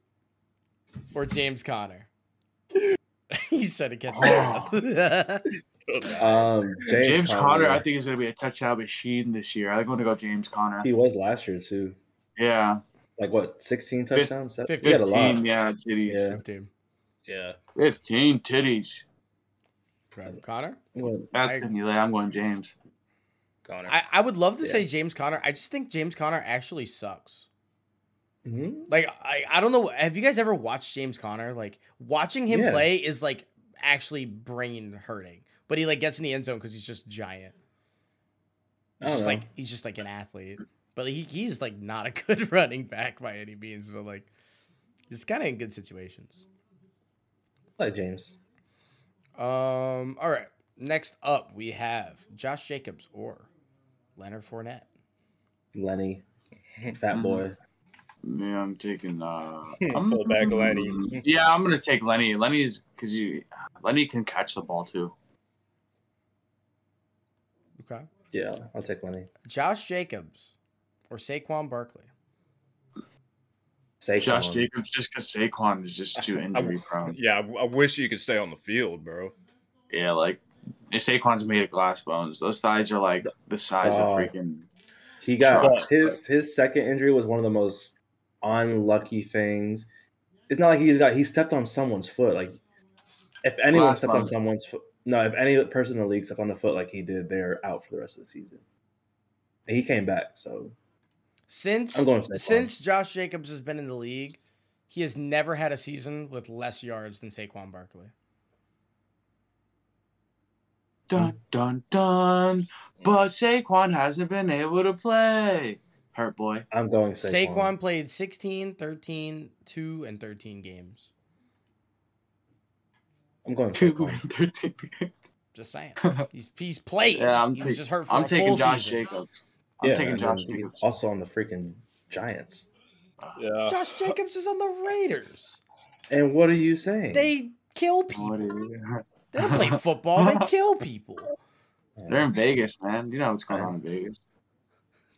or James Conner? he said it gets
Um, James,
James Conner, I think, is going to be a touchdown machine this year. I'm going to go James Conner.
he was last year too.
Yeah.
Like what, 16
Fif-
touchdowns? That- He had a
15,
lot.
yeah, titties.
Yeah.
Team.
Yeah,
15 titties.
Right. Connor?
Well,
That's
I-
in you. I'm going James.
Connor.
I, I would love to
Yeah.
say James Conner. I just think James Conner actually sucks.
mhm.
Like I, I don't know. Have you guys ever watched James Conner? Like watching him
Yeah.
play is like actually brain hurting. But he like gets in the end zone because he's just giant.
I
He's
don't
just
know.
like he's just like an athlete. But he, he's like not a good running back by any means. But like he's kind of in good situations.
I like James.
Um. All right. Next up, we have Josh Jacobs or Leonard Fournette.
Lenny, Fat
Mm-hmm.
Mhm.
Boy.
Yeah, I'm taking. Uh, I'm-
Fullback Lenny.
Yeah, I'm going to take Lenny. Lenny's because you, Lenny can catch the ball too.
Okay.
Yeah, I'll take Lenny.
Josh Jacobs or Saquon Barkley.
Saquon.
Josh Jacobs, just because Saquon is just too injury prone.
Yeah, I, I wish you could stay on the field, bro.
Yeah, like Saquon's made of glass bones. Those thighs are like the size of
Oh.
freaking.
He got
Trucks,
his his second injury was one of the most unlucky things. It's not like he got he stepped on someone's foot. Like if anyone
Last
stepped on
month.
someone's foot, no, if any person in the league stepped on the foot like he did, they're out for the rest of the season. And he came back, so
Since
I'm going Saquon.
since Josh Jacobs has been in the league, he has never had a season with less yards than Saquon Barkley.
Dun dun dun. But Saquon hasn't been able to play. Hurt boy.
I'm going
Saquon.
Saquon.
played 16, 13, 2, and 13 games.
I'm going
Two
Saquon.
thirteen.
Just saying. He's he's played.
Yeah, I'm
he
take-
was just hurt for
I'm
a
taking
full
Josh
season.
Jacobs. I'm
Yeah,
taking
and
Josh
then he's
Jacobs.
Also on the freaking Giants.
Yeah,
Josh Jacobs is on the Raiders.
And what are you saying?
They kill
What
people.
are you-
They don't play football. They kill people.
They're in Vegas, man. You know what's going on in Vegas.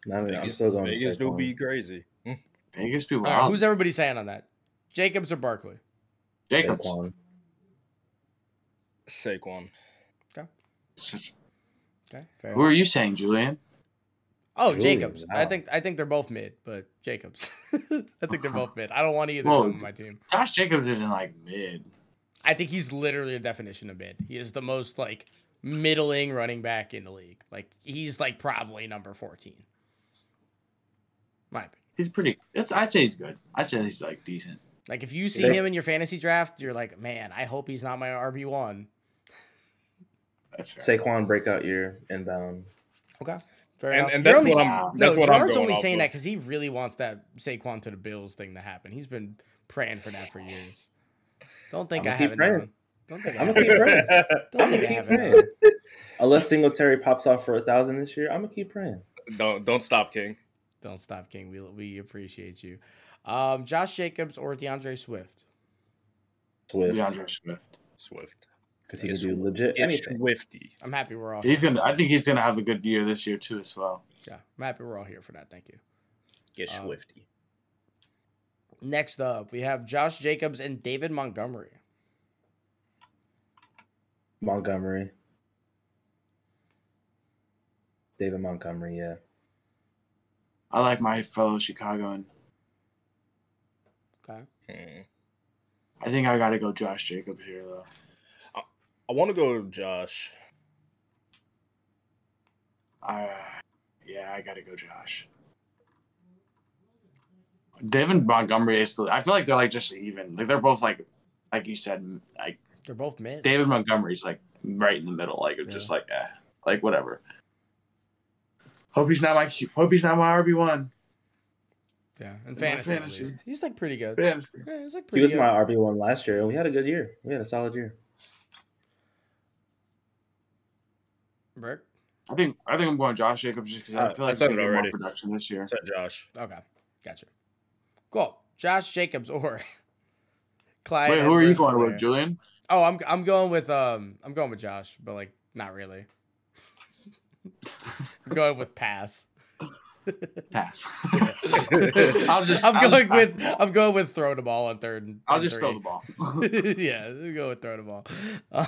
No, no, no, I'm
Vegas,
still going
Vegas do
Saquon.
be crazy.
Vegas people.
All right, who's everybody saying on that? Jacobs or Barkley?
Jacobs?
Saquon.
Saquon.
Okay, fair.
Who are you saying, Julian?
Oh,
Ooh,
Jacobs. I
wow.
think I think they're both mid, but Jacobs. I think they're both mid. I don't want either
Well,
of them on
it's-
my team.
Josh Jacobs isn't like mid.
I think he's literally a definition of mid. He is the most like middling running back in the league. Like he's like probably number fourteen. My opinion.
He's pretty. It's, I'd say he's good. I'd say he's like decent.
Like if you see
Yeah.
him in your fantasy draft, you're like, man, I hope he's not my RB one.
That's fair.
Saquon breakout year inbound.
Okay. Fair
And-
enough.
and
You're
that's
only-
what I'm-
No,
that's what I'm
Gerard's
going
only
off
saying that
of.
because he really wants that Saquon to the Bills thing to happen. He's been praying for that for years. Don't think
I'ma
I
keep
haven't.
praying.
Aaron. Don't think I
I'm
haven't.
gonna keep praying.
Don't
I'm gonna
think I
keep
haven't.
praying.
Aaron.
Unless Singletary pops off for a thousand this year, I'm gonna keep praying.
don't don't stop, King.
Don't stop, King. We we appreciate you. Um, Josh Jacobs or DeAndre Swift.
Swift,
DeAndre Swift.
Swift.
because he
Yes,
can do legit
It's
anything.
Swifty.
I'm happy we're all.
He's
here.
gonna. I think he's gonna have a good year this year too as well.
Yeah, I'm happy we're all here for that. Thank you.
Get
Uh,
Um,
Swifty.
Next up, we have Josh Jacobs and David Montgomery.
Montgomery, David Montgomery, yeah.
I like my fellow Chicagoan.
Okay.
Hmm.
I think I gotta go Josh Jacobs here though.
I want to go Josh.
I, yeah, I gotta go Josh. David Montgomery is. I feel like they're like just even. Like they're both like, like you said, like
They're both mid.
David Montgomery's like right in the middle, like it's just like eh, like whatever. Hope he's not my Q- hope he's not my RB one.
yeah, in fantasy. at
fantasy.
least. He's like pretty good.
Damn.
Yeah, he's like
He
pretty
was
good.
my RB one last year, and we had a good year. We had a solid year.
Brick?
I think I think I'm going Josh Jacobs just because
Uh,
I feel
I
like he's
said it
gonna get
already.
more production this year.
Said Josh.
Okay, gotcha. Cool. Josh Jacobs or Clyde.
Wait, who are you
Edwards-
going with, Julian?
Oh, I'm I'm going with um I'm going with Josh, but like not really. I'm going with pass.
Pass.
I'm
I'll just. I'll
going
just pass
with
the ball.
I'm going with throw the ball on third. And
I'll
and
just
three.
throw the ball.
yeah, we go with throw the ball. Uh,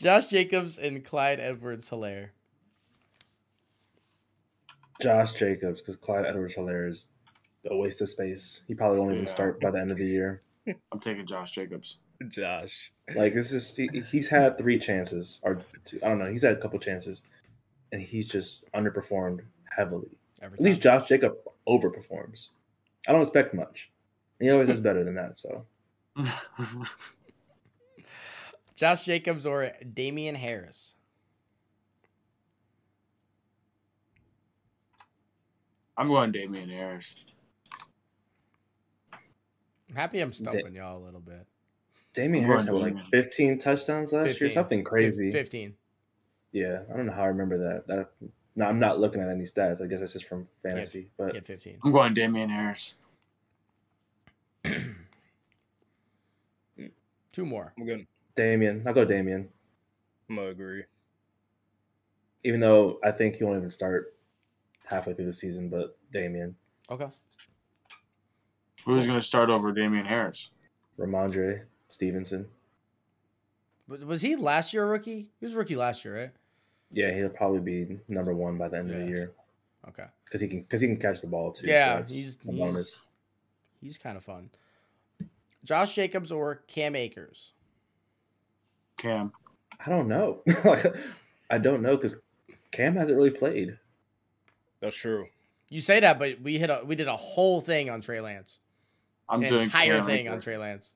Josh Jacobs and Clyde Edwards Hilaire.
Josh Jacobs, because Clyde Edwards Hilaire is a waste of space. He probably won't even
Yeah.
start by the end of the year.
I'm taking Josh Jacobs.
Josh.
Like this is he, he's had three chances or two, I don't know. He's had a couple chances, and he's just underperformed heavily.
Every
At least
time.
Josh Jacob overperforms. I don't expect much. He always is better than that. So
Josh Jacobs or Damian Harris.
I'm going Damian Harris.
I'm happy I'm stumping y'all a little bit.
Damian
Come
Harris
on,
had like
Damian.
15 touchdowns last year,
15.
something crazy.
Fif- Fifteen.
Yeah, I don't know how I remember that. that no, I'm not looking at any stats. I guess that's just from fantasy. But
Yeah, fifteen.
I'm going Damian Harris.
Two more.
I'm gonna.
Damian, I'll go Damian.
I'm gonna agree.
Even though I think he won't even start halfway through the season, but Damian,
Okay.
Who's going to start over Damian Harris?
Ramondre Stevenson.
But was he last year a rookie? He was a rookie last year, right?
Yeah, he'll probably be number one by the end of
Yeah.
the year
Okay.
because he can because he can catch the ball too. so
Yeah,
that's
he's-
a
he's-
bonus.
He's kind of fun. Josh Jacobs or Cam Akers.
Cam.
I don't know. Like, I don't know because Cam hasn't really played.
That's true.
You say that, but we hit a we did a whole thing on Trey Lance.
I'm
An
doing
entire
Cam
thing
Akers.
on Trey Lance.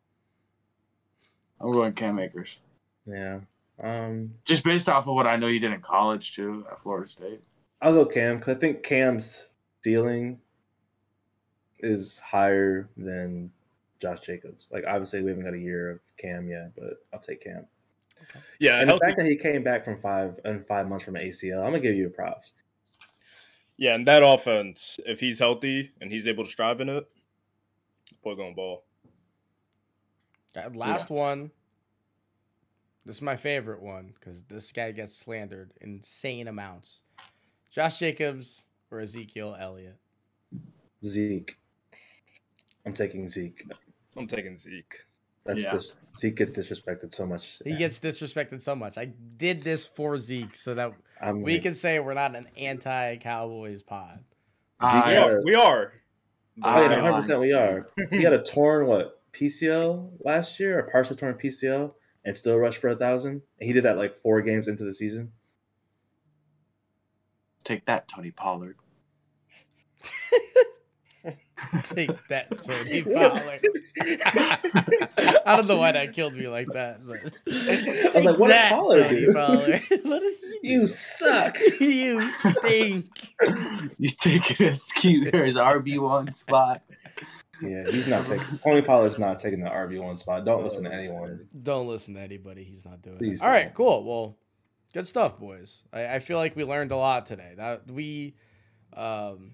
I'm going Cam Akers.
Yeah. Um,
just based off of what I know you did in college too at Florida State.
I'll go Cam because I think Cam's ceiling is higher than Josh Jacobs. Like obviously we haven't got a year of Cam yet, but I'll take Cam.
Yeah,
And the
healthy-
fact that he came back from five and five months from an ACL, I'm gonna give you props.
yeah, and that offense, if he's healthy and he's able to strive in it, boy going ball.
That Uh, last one. This is my favorite one because this guy gets slandered insane amounts. Josh Jacobs or Ezekiel Elliott.
Zeke. I'm taking Zeke.
I'm taking Zeke.
That's
Yeah.
dis- Zeke gets disrespected so much.
He gets disrespected so much. I did this for Zeke so that
I'm
we
like,
can say we're not an anti Cowboys pod.
Zeke
I-
We
had
are.
a-
We are.
Oh, yeah,
I
100 percent we are. He had a torn what PCL last year, a partial torn PCL, and still rushed for a thousand. And he did that like four games into the season.
Take that, Tony Pollard.
Take that, Sandy Fowler. I don't know why that killed me like that. But.
I was
Take
like, what did
that,
Pollard
Sandy
do?
Fowler. what did he do?
You suck.
you stink.
you take it as cute. There's RB one spot.
Yeah, he's not taking. Tony Pollard's not taking the RB one spot. Don't listen to anyone.
Don't listen to anybody. He's not doing
Please
it. All right,
don't.
cool. Well, good stuff, boys. I, I feel like we learned a lot today. That we um,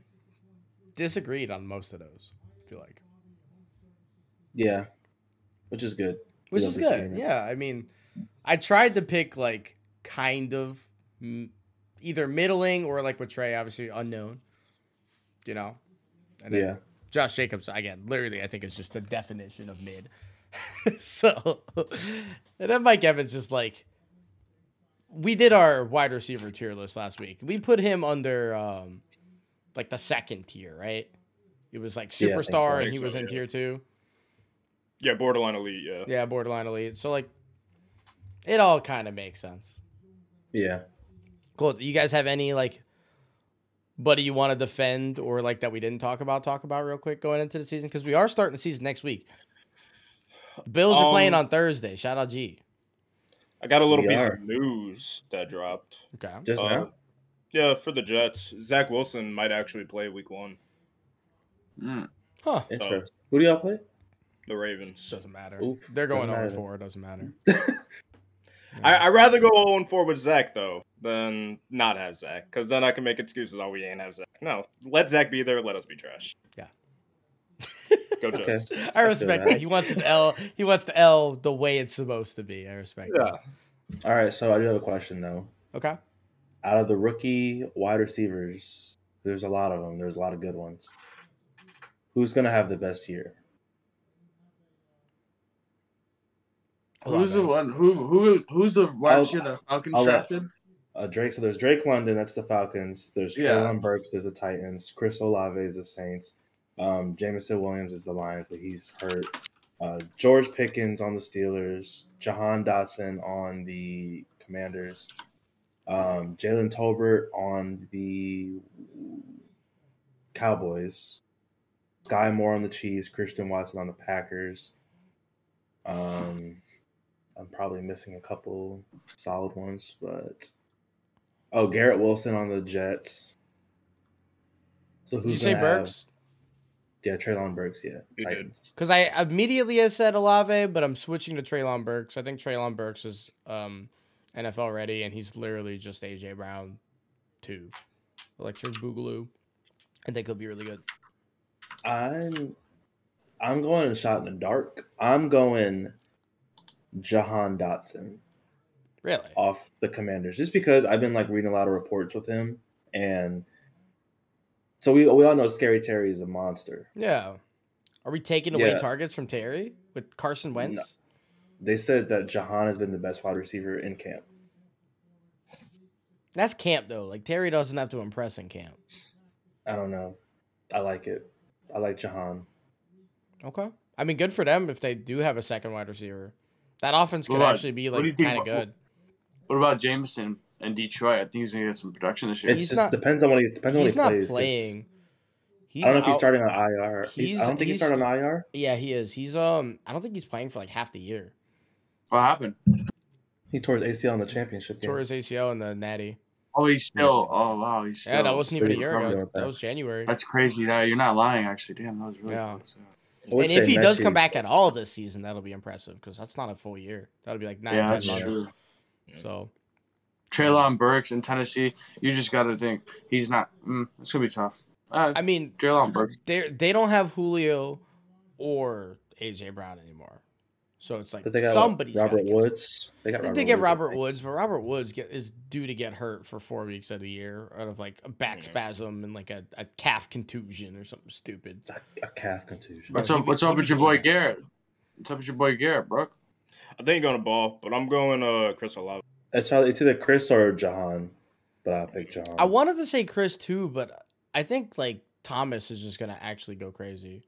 disagreed on most of those. I feel like,
Yeah, which is good.
which
Yeah,
is
we
good.
seen it.
Yeah, I mean, I tried to pick like kind of m- either middling or like with Trey, obviously unknown. You know, and then
Yeah,
Josh Jacobs again. Literally, I think it's just the definition of mid. so, and then Mike Evans is like, we did our wide receiver tier list last week. We put him under um, like the second tier, right? It was like
Yeah, I think so.
superstar,
I
and
think
he was
so,
in
yeah.
tier two.
Yeah, borderline elite. Yeah.
Yeah, borderline elite. So like, it all kind of makes sense.
yeah.
Cool. Do you guys have any like buddy you want to defend or like that we didn't talk about? Talk about real quick going into the season because we are starting the season next week. The Bills are playing
Um,
on Thursday. Shout out G.
I got a little
We
piece
are.
of news that dropped.
Okay.
Just
Uh,
now.
Yeah, for the Jets, Zach Wilson might actually play Week One.
Mm.
Huh.
Interesting. Who do y'all play?
The Ravens.
Doesn't matter.
Oof,
They're going
doesn't
on
matter.
four. Doesn't matter.
I, I'd rather go 0 4 with Zach, though, than not have Zach, because then I can make excuses. Oh, we ain't have Zach. No, let Zach be there. Let us be trash.
Yeah.
go
Okay.
Jets.
I respect
that.
that. He wants his L. He wants the L the way it's supposed to be. I respect
Yeah.
All right, so I do have a question though.
that. Okay.
Out of the rookie wide receivers, there's a lot of them. There's a lot of good ones. Who's gonna have the best year?
Hold on,
Who's the
man.
one? Who who who's the wide
I'll-
receiver that Falcons
I'll let-
drafted?
Uh, Drake. So there's Drake London. That's the Falcons. There's
Yeah.
Traylon Burks. There's the Titans. Chris Olave is the Saints. Um, Jamison Williams is the Lions, but he's hurt. Uh, George Pickens on the Steelers. Jahan Dotson on the Commanders. Um, Jalen Tolbert on the Cowboys. Sky Moore on the Chiefs. Christian Watson on the Packers. Um, I'm probably missing a couple solid ones, but oh, Garrett Wilson on the Jets. So
Did you
who's
say
gonna have-
Burks?
yeah, Traylon Burks. Yeah,
You did.
Titans.
Because I immediately I said Olave, but I'm switching to Traylon Burks. I think Traylon Burks is um, NFL ready, and he's literally just AJ Brown, two, electric boogaloo. I think he'll be really good.
I'm I'm going a shot in the dark. I'm going Jahan Dotson
Really?
off the Commanders just because I've been like reading a lot of reports with him, and so we we all know Scary Terry is a monster.
Yeah. Are we taking away
Yeah.
targets from Terry with Carson Wentz?
No. They said that Jahan has been the best wide receiver in camp.
That's camp though. Like Terry doesn't have to impress in camp.
I don't know. I like it. I like Jahan.
Okay. I mean, good for them if they do have a second wide receiver. That offense
What
could
about-
actually be
what do
like
you think
kind of
about-
good.
What about Jameson and Detroit? I think he's gonna get some production this year.
It
He's
just
not-
depends on what he depends on
He's
what
not
he plays. 'cause
playing. He's
I don't know if he's
out-
starting on IR. He's-
he's-
I don't think
he's-
he's starting on IR.
Yeah, he is. He's um. I don't think he's playing for like half the year.
What happened?
He tore his ACL in the championship game.
Tore his ACL in the Natty.
Oh, he's still. Oh wow, he's still.
Yeah, that wasn't even a
he's
year
probably
ago.
doing
That
that.
was January.
That's crazy. That you're not lying. Actually, damn, that was really.
Yeah.
close, yeah.
I would
and
say
if he does
Mechie-
come back at all this season, that'll be impressive because that's not a full year. That'll be like nine,
yeah,
ten
that's
months.
true.
So
Traylon Burks in Tennessee, you just got to think he's not. Mm, it's gonna be tough. Uh,
I mean,
Traylon Burks.
they they don't have Julio or AJ Brown anymore. So it's like
But they got
somebody's
somebody's
gotta
Robert
get-
Woods. They got
I think
Robert
they get
Woods, I
Robert
think.
Woods, but Robert Woods get, is due to get hurt for four weeks of the year out of like a back
Yeah.
spasm and like a, a calf contusion or something stupid.
A, a calf contusion.
Right.
What's
he
up?
could-
What's
he
up
could
with your
do
boy
that.
Garrett? What's up with your boy Garrett, bro?
I think going to ball, but I'm going uh Chris Olave.
It's probably it's either Chris or Jahan, but I'll pick Jahan.
I wanted to say Chris too, but I think like Thomas is just gonna actually go crazy.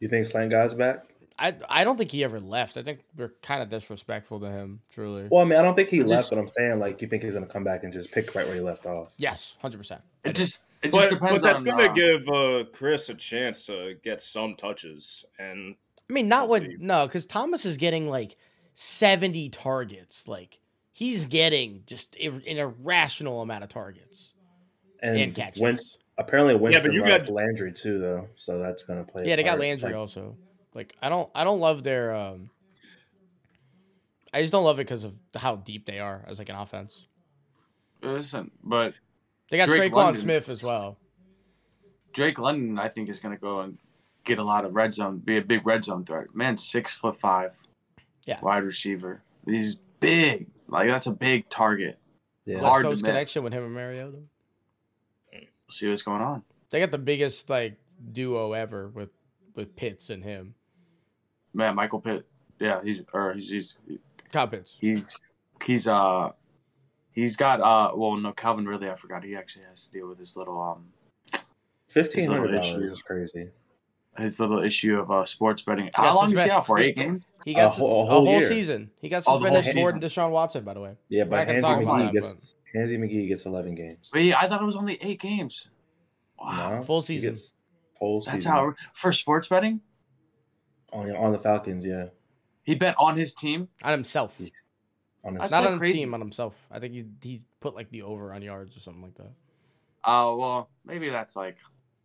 you think Slant God's back?
I I don't think he ever left. I think we're kind of disrespectful to him, truly.
Well, I mean, I don't think he
I
left,
just-
but I'm saying like you think he's gonna come back and just pick right where he left off.
yes, hundred percent.
It just It
But,
just depends
but that's
on.
gonna
uh,
give uh, Chris a chance to get some touches, and
I mean, not
Let's
what
see.
no, because Thomas is getting like seventy targets. Like he's getting just ir- an irrational amount of targets.
and,
And catches.
Wentz apparently Winston
you
lost
got-
Landry too though, so that's gonna play. a
Yeah, they got
part.
Landry
Like,
also. Like I don't, I don't love their. um I just don't love it because of how deep they are as like an offense.
Listen, but
They got
Drake
Traquan
London.
Smith as well.
Drake London, I think, is going to go and get a lot of red zone, be a big red zone threat. Man, six foot five,
Yeah.
wide receiver. He's big. Like that's a big target.
yeah.
West
Hard to
Coast
miss.
connection with him and Mariota.
We'll see what's going on.
They got the biggest like duo ever with with Pitts and him.
Man, Michael Pitt. Yeah, he's or he's he's
Kyle Pitts.
he's he's uh he's got uh well no Calvin really I forgot he actually has to deal with his little um
Fifteen hundred
He's not
dollars is crazy.
his little issue of uh sports betting.
Yeah,
How long is he
suspend-
out for? Eight games.
He
A
got sus- a
whole-
whole,
a whole year.
season. He got
Oh, the whole
suspended more than Deshaun Watson, by the way.
Yeah,
We're not
but
gonna
Hansy
talk
about
McGee
that,
gets Hansy McGee gets eleven games.
But yeah, I thought it was only eight games. Wow,
No,
Full
he
season.
gets Whole season.
that's how for sports betting
on, on the Falcons, yeah.
he bet on his team.
On himself.
Yeah. On
That's
his,
Not
so
on the
crazy.
team, on himself. I think he he put like the over on yards or something like that.
Oh well, maybe that's like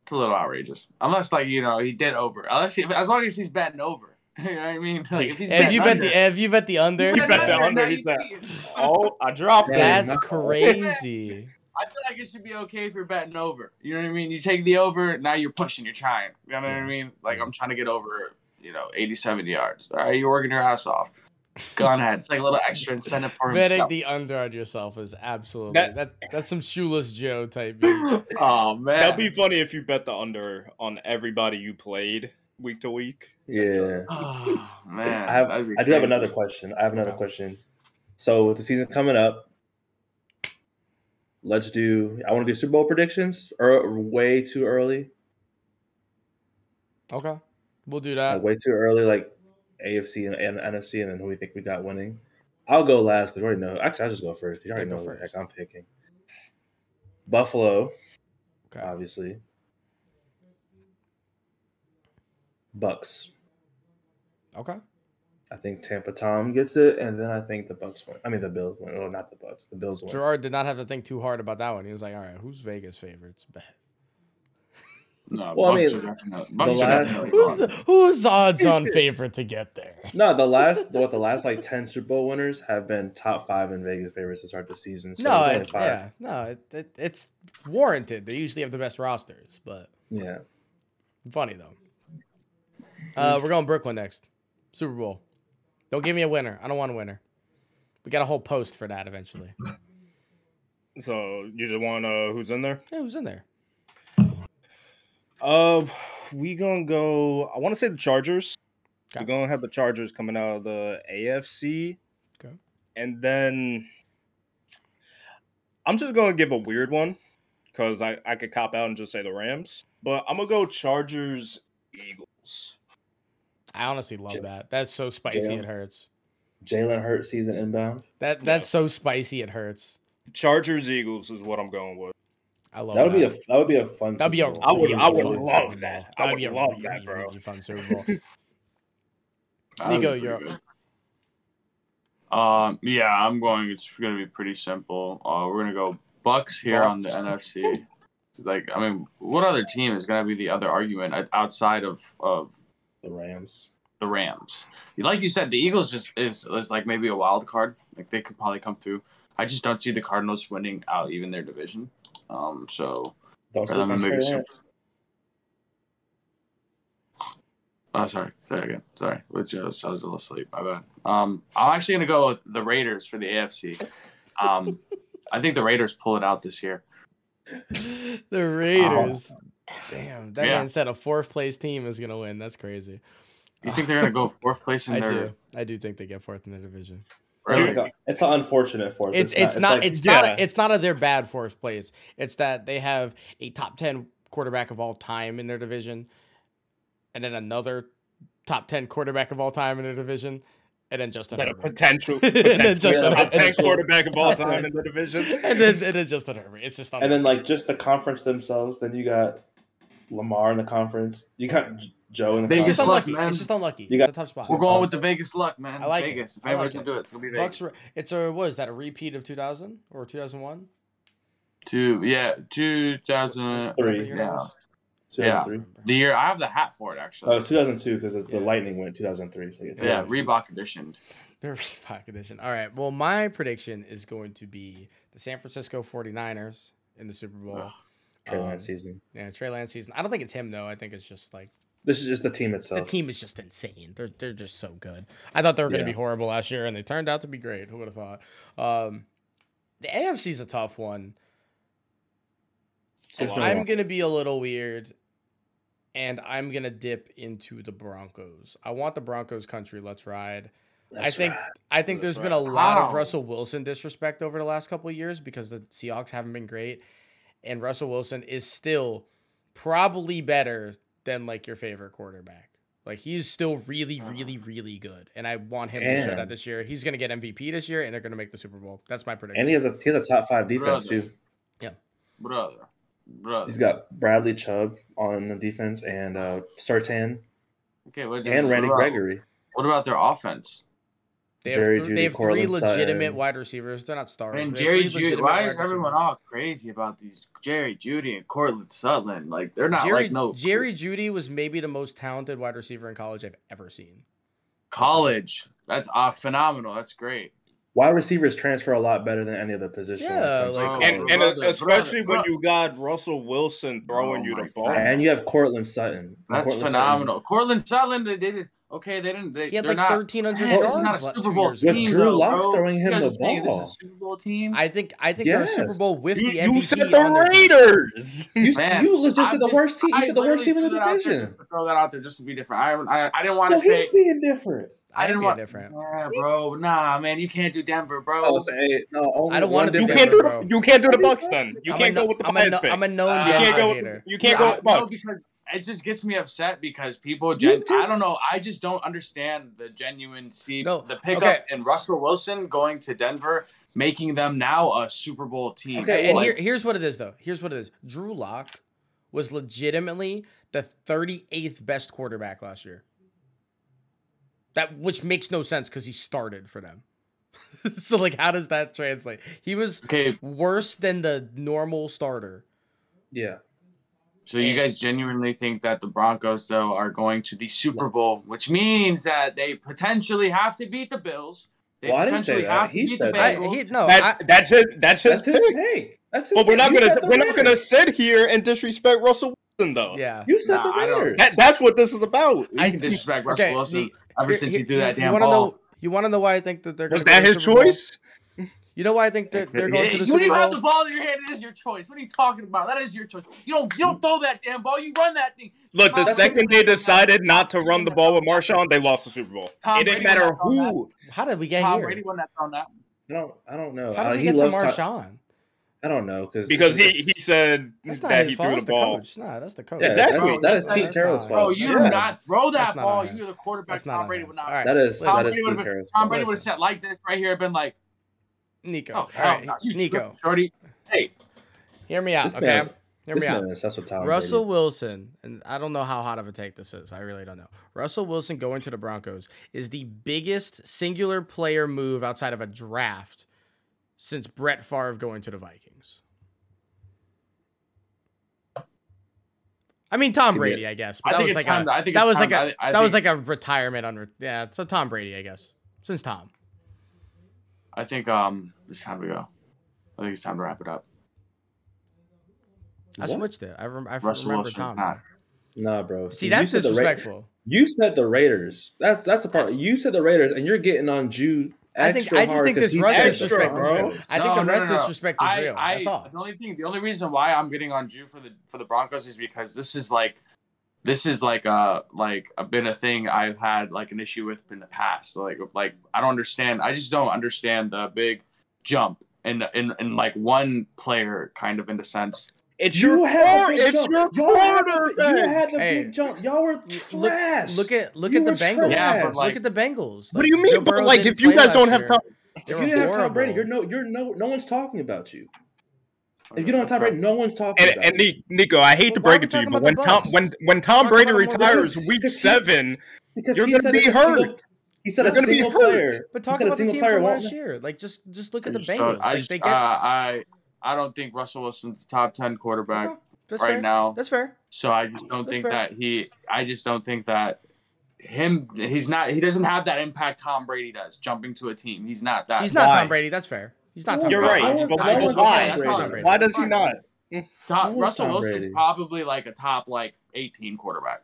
it's a little outrageous. Unless like you know he did over. Unless he, as long as he's batting over. you know what I mean? Like if he's
If
betting
you bet
under,
the if you bet the under,
if
You bet the
that's
under,
now
he's
you
betting.
beat.
oh, I dropped
Yeah.
that.
No.
crazy.
I feel like it should be okay if you're betting over. You know what I mean? You take the over. Now you're pushing. You're trying. You know what I mean? Like I'm trying to get over. You know, 87 yards. All right, you're working your ass off. Gone ahead. It's like a little extra incentive for
Betting
himself.
the under on yourself is absolutely that,
That-
that's some shoeless Joe type. Beat.
oh man,
That'd be funny if you bet the under on everybody you played week to week.
yeah.
Oh man,
I have.
that'd be
I do have
crazy.
another question. I have another
Okay.
question. So with the season coming up, let's do. I want to do Super Bowl predictions or way too early.
Okay, we'll do
Like
that.
way too early, like AFC and, and NFC, and then who we think we got winning. I'll go last because you already know. Actually, I'll just go first. 'cause You already
Yeah, go
know what the heck
first.
I'm picking. Buffalo,
Okay,
obviously. Bucks.
okay.
I think Tampa Tom gets it, and then I think the Bucks win. I mean, the Bills win. Oh, not the Bucks. The Bills win.
Gerard did not have to think too hard about that one. He was like, "All right, who's Vegas favorites?" Bet.
No,
Well, I
Bucks
mean,
are definitely- Bucks
the
are
last-
definitely
Who's
gone.
the who's odds on favorite to get there?
No, the last what the last like ten Super Bowl winners have been top five in Vegas favorites to start the season. So
no,
there's
it,
only five.
yeah, no, it, it, it's warranted. They usually have the best rosters, but
yeah.
funny though. Uh, we're going Brooklyn next, Super Bowl. Don't give me a winner. I don't want a winner. We got a whole post for that eventually.
So you just want uh, who's in there?
Yeah, who's in there?
Uh, we gonna go. I want to say the Chargers.
Okay.
We're gonna have the Chargers coming out of the AFC.
Okay.
And then I'm just gonna give a weird one because I I could cop out and just say the Rams, but I'm gonna go Chargers Eagles.
I honestly love
Jam-
that. That's so spicy
Jam.
it hurts.
Jalen Hurts season inbound.
That
Yeah.
that's so spicy it hurts.
Chargers Eagles is what I'm going with.
I love
That would be a
that.
that would be a fun.
That'd be a
Super Bowl.
I would-
really
I would
fun
love
Super
that.
Bowl.
I
That'd be
would
a
love
really,
that, bro.
really fun Super Bowl.
That was
Nico,
pretty
you're
good.
up.
Um, yeah, I'm going. It's gonna be pretty simple. Uh, we're gonna go Bucks here on the NFC. It's Like, I mean, what other team is gonna be the other argument o- outside of of
the Rams.
the Rams? Like you said, the Eagles just is, is like maybe a wild card. Like they could probably come through. I just don't see the Cardinals winning out even their division. Um, so
Don't
Or
sleep
them
on
Um, maybe
Trey
Super-
Lance.
Oh, sorry. Sorry again. Sorry. Which uh, I was a little asleep. My bad. Um, I'm actually gonna go with the Raiders for the AFC. Um, I think the Raiders pull it out this year.
the
Oh.
Raiders. Damn, that
Yeah.
man said a fourth place team is gonna win. That's crazy.
You think they're gonna go fourth place in
I
their?
do. I do think they get fourth in their division.
Really?
It's, like a- it's an unfortunate fourth.
It's it's not
like-
it's not
Yeah.
a, it's not a their bad fourth place. It's that they have a top ten quarterback of all time in their division, and then another top ten quarterback of all time in their division, and then Justin
Got a
Herbert.
potential,
And
potential,
then Justin
top
Herbert.
ten
potential-
quarterback of all
top
time
ten.
in the division.
and then and then Justin Herbert. It's just not
And then like just the conference themselves. Then you got Lamar in the conference. You got J- Joe in the
it's
Vegas
just
conference.
luck,
unlucky.
man.
It's just unlucky.
You got-
it's a tough spot.
We're going with the Vegas luck, man.
I like it.
Vegas. If
I like
anybody's
it.
gonna do it, it's gonna be Vegas.
Bucks. Re- it's a what is that? A repeat of 2000 or 2001?
Two, yeah, two thousand.
Three.
Whatever year that
Yeah.
was.
Yeah.
2003.
The year I have the hat for it
Oh,
actually.
it's 2002 because the
Yeah.
Lightning went 2003. So you get
yeah,
2002.
Reebok edition.
The Reebok edition. All right. Well, my prediction is going to be the San Francisco 49ers in the Super Bowl.
Ugh.
Trey
Um,
Lance season.
Yeah, Trey Lance season. I don't think it's him though. I think it's just like
This is just the team
the
itself.
team is just insane. They're they're just so good. I thought they were going to
Yeah.
be horrible last year, and they turned out to be great. Who would have thought? Um, the AFC is a tough one.
There's
And
no
I'm
one.
gonna be a little weird, and I'm gonna dip into the Broncos. I want the Broncos country. Let's ride.
That's
I think
right.
I think
That's
there's been a
right.
lot of
How?
Russell Wilson disrespect over the last couple of years because the Seahawks haven't been great, and Russell Wilson is still probably better than like your favorite quarterback. Like he's still really,
Uh-huh.
really, really good, and I want him to show that
And-
this year. He's gonna get MVP this year, and they're gonna make the Super Bowl. That's my prediction.
And he has a he has a top five defense
Brother.
too.
Brother. Brother.
He's got Bradley Chubb on the defense and uh, Sertan
okay, what
and Randy
what about-
Gregory.
What about their offense?
They
Jerry
have, three, they
Jeudy,
have three
Cortland
legitimate
Sutton.
wide receivers. They're not stars.
And
but they have
Jerry
three
Judy.
legitimate
Why
wide
is everyone
receivers.
all crazy about these Jerry Judy and Cortland Sutton? Like they're not
Jerry,
like no
Jerry Judy was maybe the most talented wide receiver in college I've ever seen.
college. That's uh, phenomenal. That's great.
Wide receivers transfer a lot better than any other position.
Yeah,
Thanks.
like-
Oh,
and, and
brother,
especially
brother,
when you got Russell Wilson throwing
Oh
you the
my
ball.
God.
and you have Cortland Sutton.
That's
Cortland Sutton
phenomenal. Cortland Sutton, they did it. Okay, they didn't. They,
He had
they're
like
not,
thirteen hundred
Man, this is
yards.
not a
left
Super
two
Bowl
years
team.
ago.
With Drew
though,
Lock
bro.
throwing
You
him
guys
the
are saying This is
ball.
a Super Bowl team.
I think I think they're a Super
Yes.
Bowl with
You,
the
you
MVP.
said
on
the
their-
Raiders.
You,
Man,
you just
I'm
said the worst team. You
I
said the worst team in the
literally threw that out there
division.
Just to throw that out there, just to be different. I, I, I didn't want
No,
to say.
he's being different.
I
I
didn't
didn't
want
want.
different.
Yeah, bro. Nah, man, you can't do Denver, bro.
Oh, listen, hey, no, only
I don't
one
wanna be
You
difference-
can't do
Bro.
the, you can't do the Bucks then. You
I'm a
can't
no-
go with the
I'm a,
Lions
no,
pick.
I'm a known
Uh,
you
Denver
can't go.
hater.
With, you can't
I-
go with the
no,
Bucks.
because it just gets me upset because people.
You
Gen-
did-
I don't know. I just don't understand the genuine see
No,
the pickup
okay.
and Russell Wilson going to Denver, making them now a Super Bowl team.
Okay,
and
well,
here, here's what it is though. Here's what it is. Drew Lock was legitimately the 38th best quarterback last year. That which makes no sense because he started for them. so like, how does that translate? He was
okay,
worse than the normal starter.
Yeah,
So you guys genuinely think that the Broncos though are going to the Super Bowl, which means that they potentially have to beat the Bills. They
Well, I didn't say
potentially
that.
have to
He
beat
said
the
I,
that.
Bengals.
he, no, I,
That, that's it. That's his
that's his
pick.
take. That's his.
But we're
take.
not
You
gonna
said the
we're not gonna
Raiders.
sit here and disrespect Russell Wilson though.
yeah.
You said
Nah,
the
I don't-
Raiders.
That, that's what this is about.
You
I-
can disrespect Russell
Okay,
Wilson
the-
ever
here-
since he
here-
threw that
you
damn
wanna
ball.
Know, you want to know why I think that they're
Was
gonna go
that
to the
his
Super Bowl?
choice?
You know why I think that they're going
Hey,
to the
when
Super
you have the
Bowl?
ball in your hand, it is your choice. What are you talking about? That is your choice. You don't you don't throw that damn ball. You run that thing.
Look, the
Tom
second they
Brady-
decided not to run the ball with Marshawn, they lost the Super Bowl.
Tom
it didn't
Brady was
matter
not on that.
who.
How did we get
Tom
here?
Brady won that on that.
I don't. I don't know.
How
Uh,
did we
he
get to
loves. Tom-
Marshawn?
I don't know because
Because he, he said
That's not
that
his
he
fault.
threw
That's
the
the,
ball.
coach. No, that's the coach.
Yeah,
Exactly.
that's, that is
That's
Pete
not-
Carroll's fault.
Bro, Oh, you do
Yeah.
not throw
That's
that
not
ball.
on him.
You're the quarterback.
That's not on
Tom Brady
him.
would not.
All right.
That is
Listen.
that is
Tom Brady
Pete
would've-
Carroll's
Tom
fault.
Brady would have
Listen.
sat like this right here and been like,
Nico.
"Oh,
All
hell
right,
no, you
Nico.
tripping, shorty." Hey,
Hear me out,
This
okay?
man-
hear
This
me out.
man is- That's what
Oh,
Tom
Russell
Russell.
Wilson, and I don't know how hot of a take this is. I really don't know. Russell Wilson going to the Broncos is the biggest singular player move outside of a draft since Brett Favre going to the Vikings. I mean Tom
Give me a-
Brady, I guess. But
I
that
think
was
it's
like
time.
a,
to- I think
that
it's
was like
time to-
a
I thi- I
that was
think-
like a retirement on yeah. So Tom Brady, I guess. Since Tom,
I think um, it's time to go. I think it's time to wrap it up.
I
What?
switched it. I, rem- I
Russell
remember
Wilson's
Tom.
not.
Nah, bro.
See,
You
that's
said the Ra-
disrespectful.
You said the Raiders. That's that's the part. You said the Raiders, and you're getting on Jew.
I think
Extra
I just
hard
think
'cause
this
he
Russ
said
extra,
disrespect is
Russell
bro.
real.
Wilson.
I think
No,
the
no,
Russ
no, no.
disrespect is
I,
real.
I,
That's all.
The only thing, the only reason why I'm getting on Drew for the for the Broncos is because this is like, this is like a like a been a thing I've had like an issue with in the past. Like like I don't understand. I just don't understand the big jump in in in like one player kind of in the sense
It's your
had
cor-
the big
it's
jump.
your
Y'all had the- You
quarterback.
had the
Hey.
big jump. Y'all were
Look,
trash.
look at look
You
at the
were
Bengals.
Yeah, but,
look
like-
at the Bengals.
What do you
Joe
mean? But
Burrow
like,
didn't
if you
play
guys
last
don't have
year.
time,
They
if
were
you didn't have Tom Brady,
horrible.
you're no, you're no, no one's talking about you. If you don't have Tom Brady, no one's talking
and,
about
and
you.
Ni- Nico, I hate to
Well, why
break
are
it to
we
you,
talking
but
about
when
the
Tom
Bucks?
when when
Talking
Tom
about
Brady
the Bucks.
retires
Because-
week
because he-
seven,
because
you're
he
gonna
said
be
a
hurt.
Single, he said
You're
a
gonna be
single
hurt.
player.
But
He
talk
said a
about the
single
team
player
from
won't
last
win.
year. Like just just look
I
at the
just
Bengals.
don't, I,
Like
just,
they get
uh, I I don't think Russell Wilson's a top ten quarterback
Okay, that's
right
fair.
now.
That's fair.
So I just don't
That's
think
fair.
that he. I just don't think that him. He's not. He doesn't have that impact Tom Brady does. Jumping to a team, he's not that.
He's not
why?
Tom Brady. That's fair. He's not Tom
You're
Brady.
right.
I
No
just-
one's-
I
no
just-
one's
I
Tom
just-
Brady.
Tom Brady.
why does he not?
Tom,
Who is
Russell
Tom
Wilson's
Brady?
probably like a top like eighteen quarterback,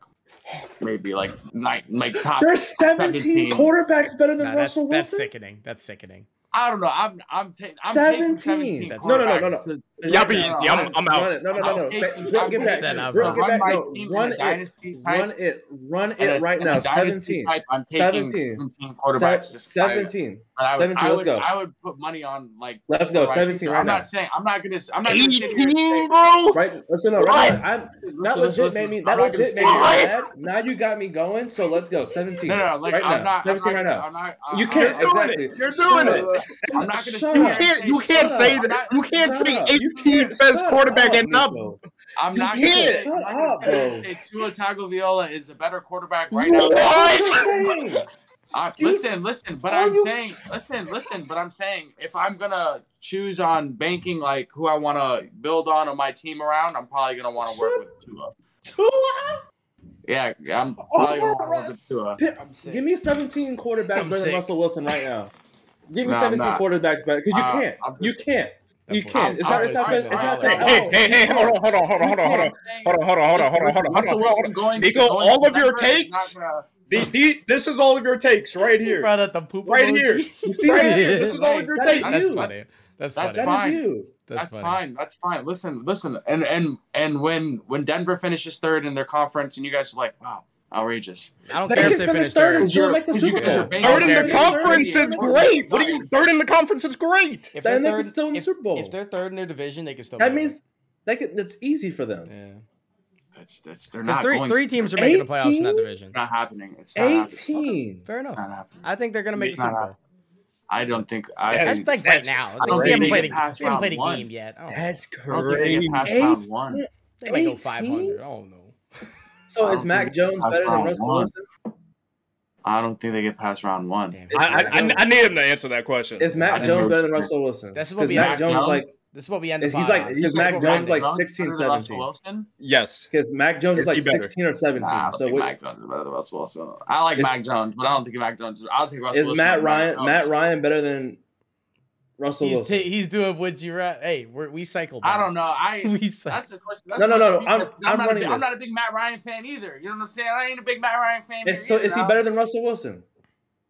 maybe like nine, like top.
There's 17
17.
quarterbacks better than
No, that's
Russell
that's
Wilson.
sickening. That's sickening.
I don't know. I'm I'm, ta- I'm
17.
taking seventeen.
That's-
No, no, no, no, no.
quarterbacks to-
Yeah, but
No,
he's-
no,
yeah,
I'm-
I'm, I'm out.
No, no, no, no.
I'm
no.
taking-
Run, get
I'm
back.
set up,
Run,
bro.
get back.
Run my
No,
team in
run
a
it.
dynasty type.
Run it. Run
And
it
a-
right
and a
now.
dynasty
17.
Type, I'm taking
17.
17
Se-
quarterbacks. I-
17.
but I would,
17,
I
let's
would,
go.
I would put money on like.
Let's go,
quarterbacks.
17 right
I'm
now.
not saying I'm not gonna. I'm not gonna sit here and say-
Eighteen, bro.
Right? Listen, no,
What?
right now, I'm,
Listen,
that
listen,
legit
listen,
made me.
I'm
That
not gonna
legit
sit
made me
here and-
What?
mad. Now you got me going. So let's go. 17.
No, no, no, like
right now.
I'm not. I'm
17
not,
right now.
I'm not,
You
I'm
can't-
not-
You're doing
exactly.
it. You're doing
Shut
it.
up.
I'm not gonna.
Shut
sit
You
here
up.
can't. You can't
Shut
and say-
say
up.
that. You can't
Shut
say
up. You
18th
can't-
best
shut
quarterback
up,
and not
Nico.
I'm
You
not gonna
can't.
say.
Shut
I'm not gonna
up, bro.
say- say Tua Tagovailoa is a better quarterback right
You
now.
are
What?
insane.
I,
You-
listen, listen, but
Are
I'm
you-
saying, listen, listen, but I'm saying, if I'm gonna choose on banking like who I want to build on on my team around, I'm probably gonna want to work with Tua. Yeah, I'm probably gonna want to work with Tua.
Pick-
I'm
Give me 17 quarterbacks
I'm
better
sick.
than Russell Wilson right now. Give me
No, I'm
17
not.
quarterbacks better because you
Uh,
can't.
I'm just-
You can't. You
That boy-
can't. It's
I'm-
not. It's not.
I'm-
It's not.
I'm-
that-
I'm-
Hey, hey, hey! Hold on, hold on, hold on, hold on, hold on, hold on, hold on, hold on, hold on, hold on,
Russell
hold on, hold
Wilson
on.
going-
Nico,
going
all
to
of your
Denver is
takes-
not gonna-
The- the- This is all of your takes right
He
here.
brought out the poop
Right
emoji.
here.
You see
Right
that?
here. This is all of your
That is
takes.
That's
you.
funny. That's
That's
funny.
fine.
That is you.
That's
That's
funny.
fine. That's fine. Listen, listen, and and and when when Denver finishes third in their conference, and you guys are like, wow, outrageous.
I don't
They
care if
can
they
finish
finish
third.
third.
Because you're- because you
guys are
Third in
Third
the
in
conference is great. What do you? Third in the conference is great.
If
Then
they're
they
third,
can still win
if,
Super Bowl.
if they're third in their division, they can still.
That
make it.
means that could, that's easy for them.
yeah.
That's that's they're
Because
not
three
going.
three teams are making the playoffs in that
18?
division.
It's not happening. It's not happening.
18.
Fair
It's
enough.
not happening.
I think they're gonna make the Super Bowl.
I don't think. I
That's
That's
think,
like right now. I think
great.
they haven't
They
played a,
get past
they haven't played a
round
game
one.
yet. I don't know.
That's
I don't think they
crazy.
get past
Eight?
round one.
They might go
18?
500. I don't know.
So
I
is
don't
Mac
think
Jones
that's
better than
round
Russell
one.
Wilson?
I don't think they get past round one.
Damn.
I, I, I- I need him to answer that question.
Is
I
Mac
didn't
Jones
know-
better than Russell Wilson?
That's what
Because
we
Mac
asked.
Jones
No.
like
this is what we end up.
He's like- he's Mac Jones, like,
Jones
16,
better than Russell
17.
Wilson?
yes.
because Mac Jones is
Is he
like
better?
16 or 17.
Nah, I don't
so
think
what,
Mac Jones is better than Russell Wilson. I like
Is-
Mac Jones, but I don't think Mac Jones. Is, I'll take Russell
is
Wilson.
Matt
over Mac
Ryan
Jones.
Matt Ryan better than Russell
He's,
Wilson?
t- he's doing would you rather? Hey, we're, we cycled.
I don't know. I
We cycled.
that's a question. That's
No,
a
no, no,
question
no, I'm-
because
I'm
not a
running
big, I'm
this.
not a big Matt Ryan fan either. You know what I'm saying? I ain't a big Matt Ryan fan.
Is,
here
so
either,
is he
dog.
better than Russell Wilson?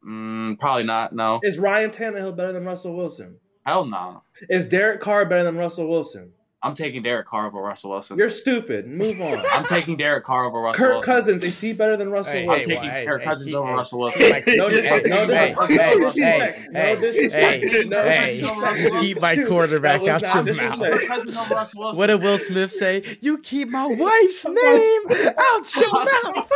Mm, probably not. No.
Is Ryan Tannehill better than Russell Wilson?
Hell no.
Is Derek Carr better than Russell Wilson?
I'm taking Derek Carr over Russell Wilson.
You're stupid. Move on.
I'm taking Derek Carr over Russell
Kirk
Wilson.
Cousins is he better than Russell
Hey,
I'm
Wilson?
taking
hey,
Kirk
hey,
Cousins
hey,
over
hey,
Russell
hey,
Wilson.
hey, hey,
no
hey,
disrespect. No
hey,
disrespect.
hey,
No disrespect.
hey,
No
hey,
disrespect.
hey,
No
hey,
disrespect.
keep my quarterback
That was
out your
not
mouth.
disrespect.
Kirk Cousins over Russell Wilson.
What did Will Smith say? You keep my wife's name out your mouth.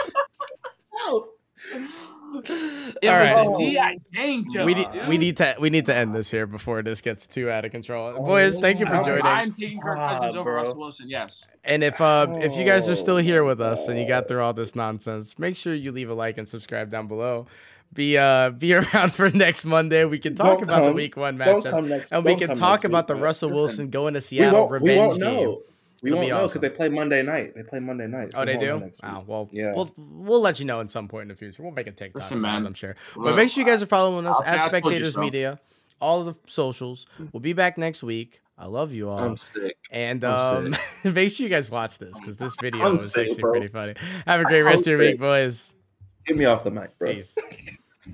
It
All right.
was a G.I. Jane joke.
We need,
dude.
we need to we need to end this here before this gets too out of control.
Oh,
Boys, thank you for
wow.
joining.
I'm taking Kirk
Ah,
Cousins over
bro.
Russell Wilson. Yes.
And if uh if you guys are still
Oh,
here with us and you got through all this nonsense, make sure you leave a like and subscribe down below. Be uh be around for next Monday. We can talk
Don't
about the
come.
week one
Don't
matchup.
come next.
And we
don't
can
come
talk
next
about the
week, man.
Russell
Listen,
Wilson going to
We
Seattle
won't. We
revenge
won't
game.
know. We
It'll
won't
be
know
awesome.
because they play Monday night. They play Monday night. so
Oh, they
we won't know
do?
next week.
Wow. Well,
Yeah.
we'll we'll let you know at some point in the future. We'll make a TikTok,
Listen,
time,
man.
I'm sure. But
Look,
make sure you guys are following us
I'll say I
at
told you
Spectators
so.
Media, all of the socials. We'll be back next week. I love you all,
I'm sick.
and
I'm
um, make sure you guys watch this because this video
I'm
is
sick,
actually
bro.
pretty funny. Have a great rest of your
sick.
week, boys.
Get me off the mic, bro.
Peace.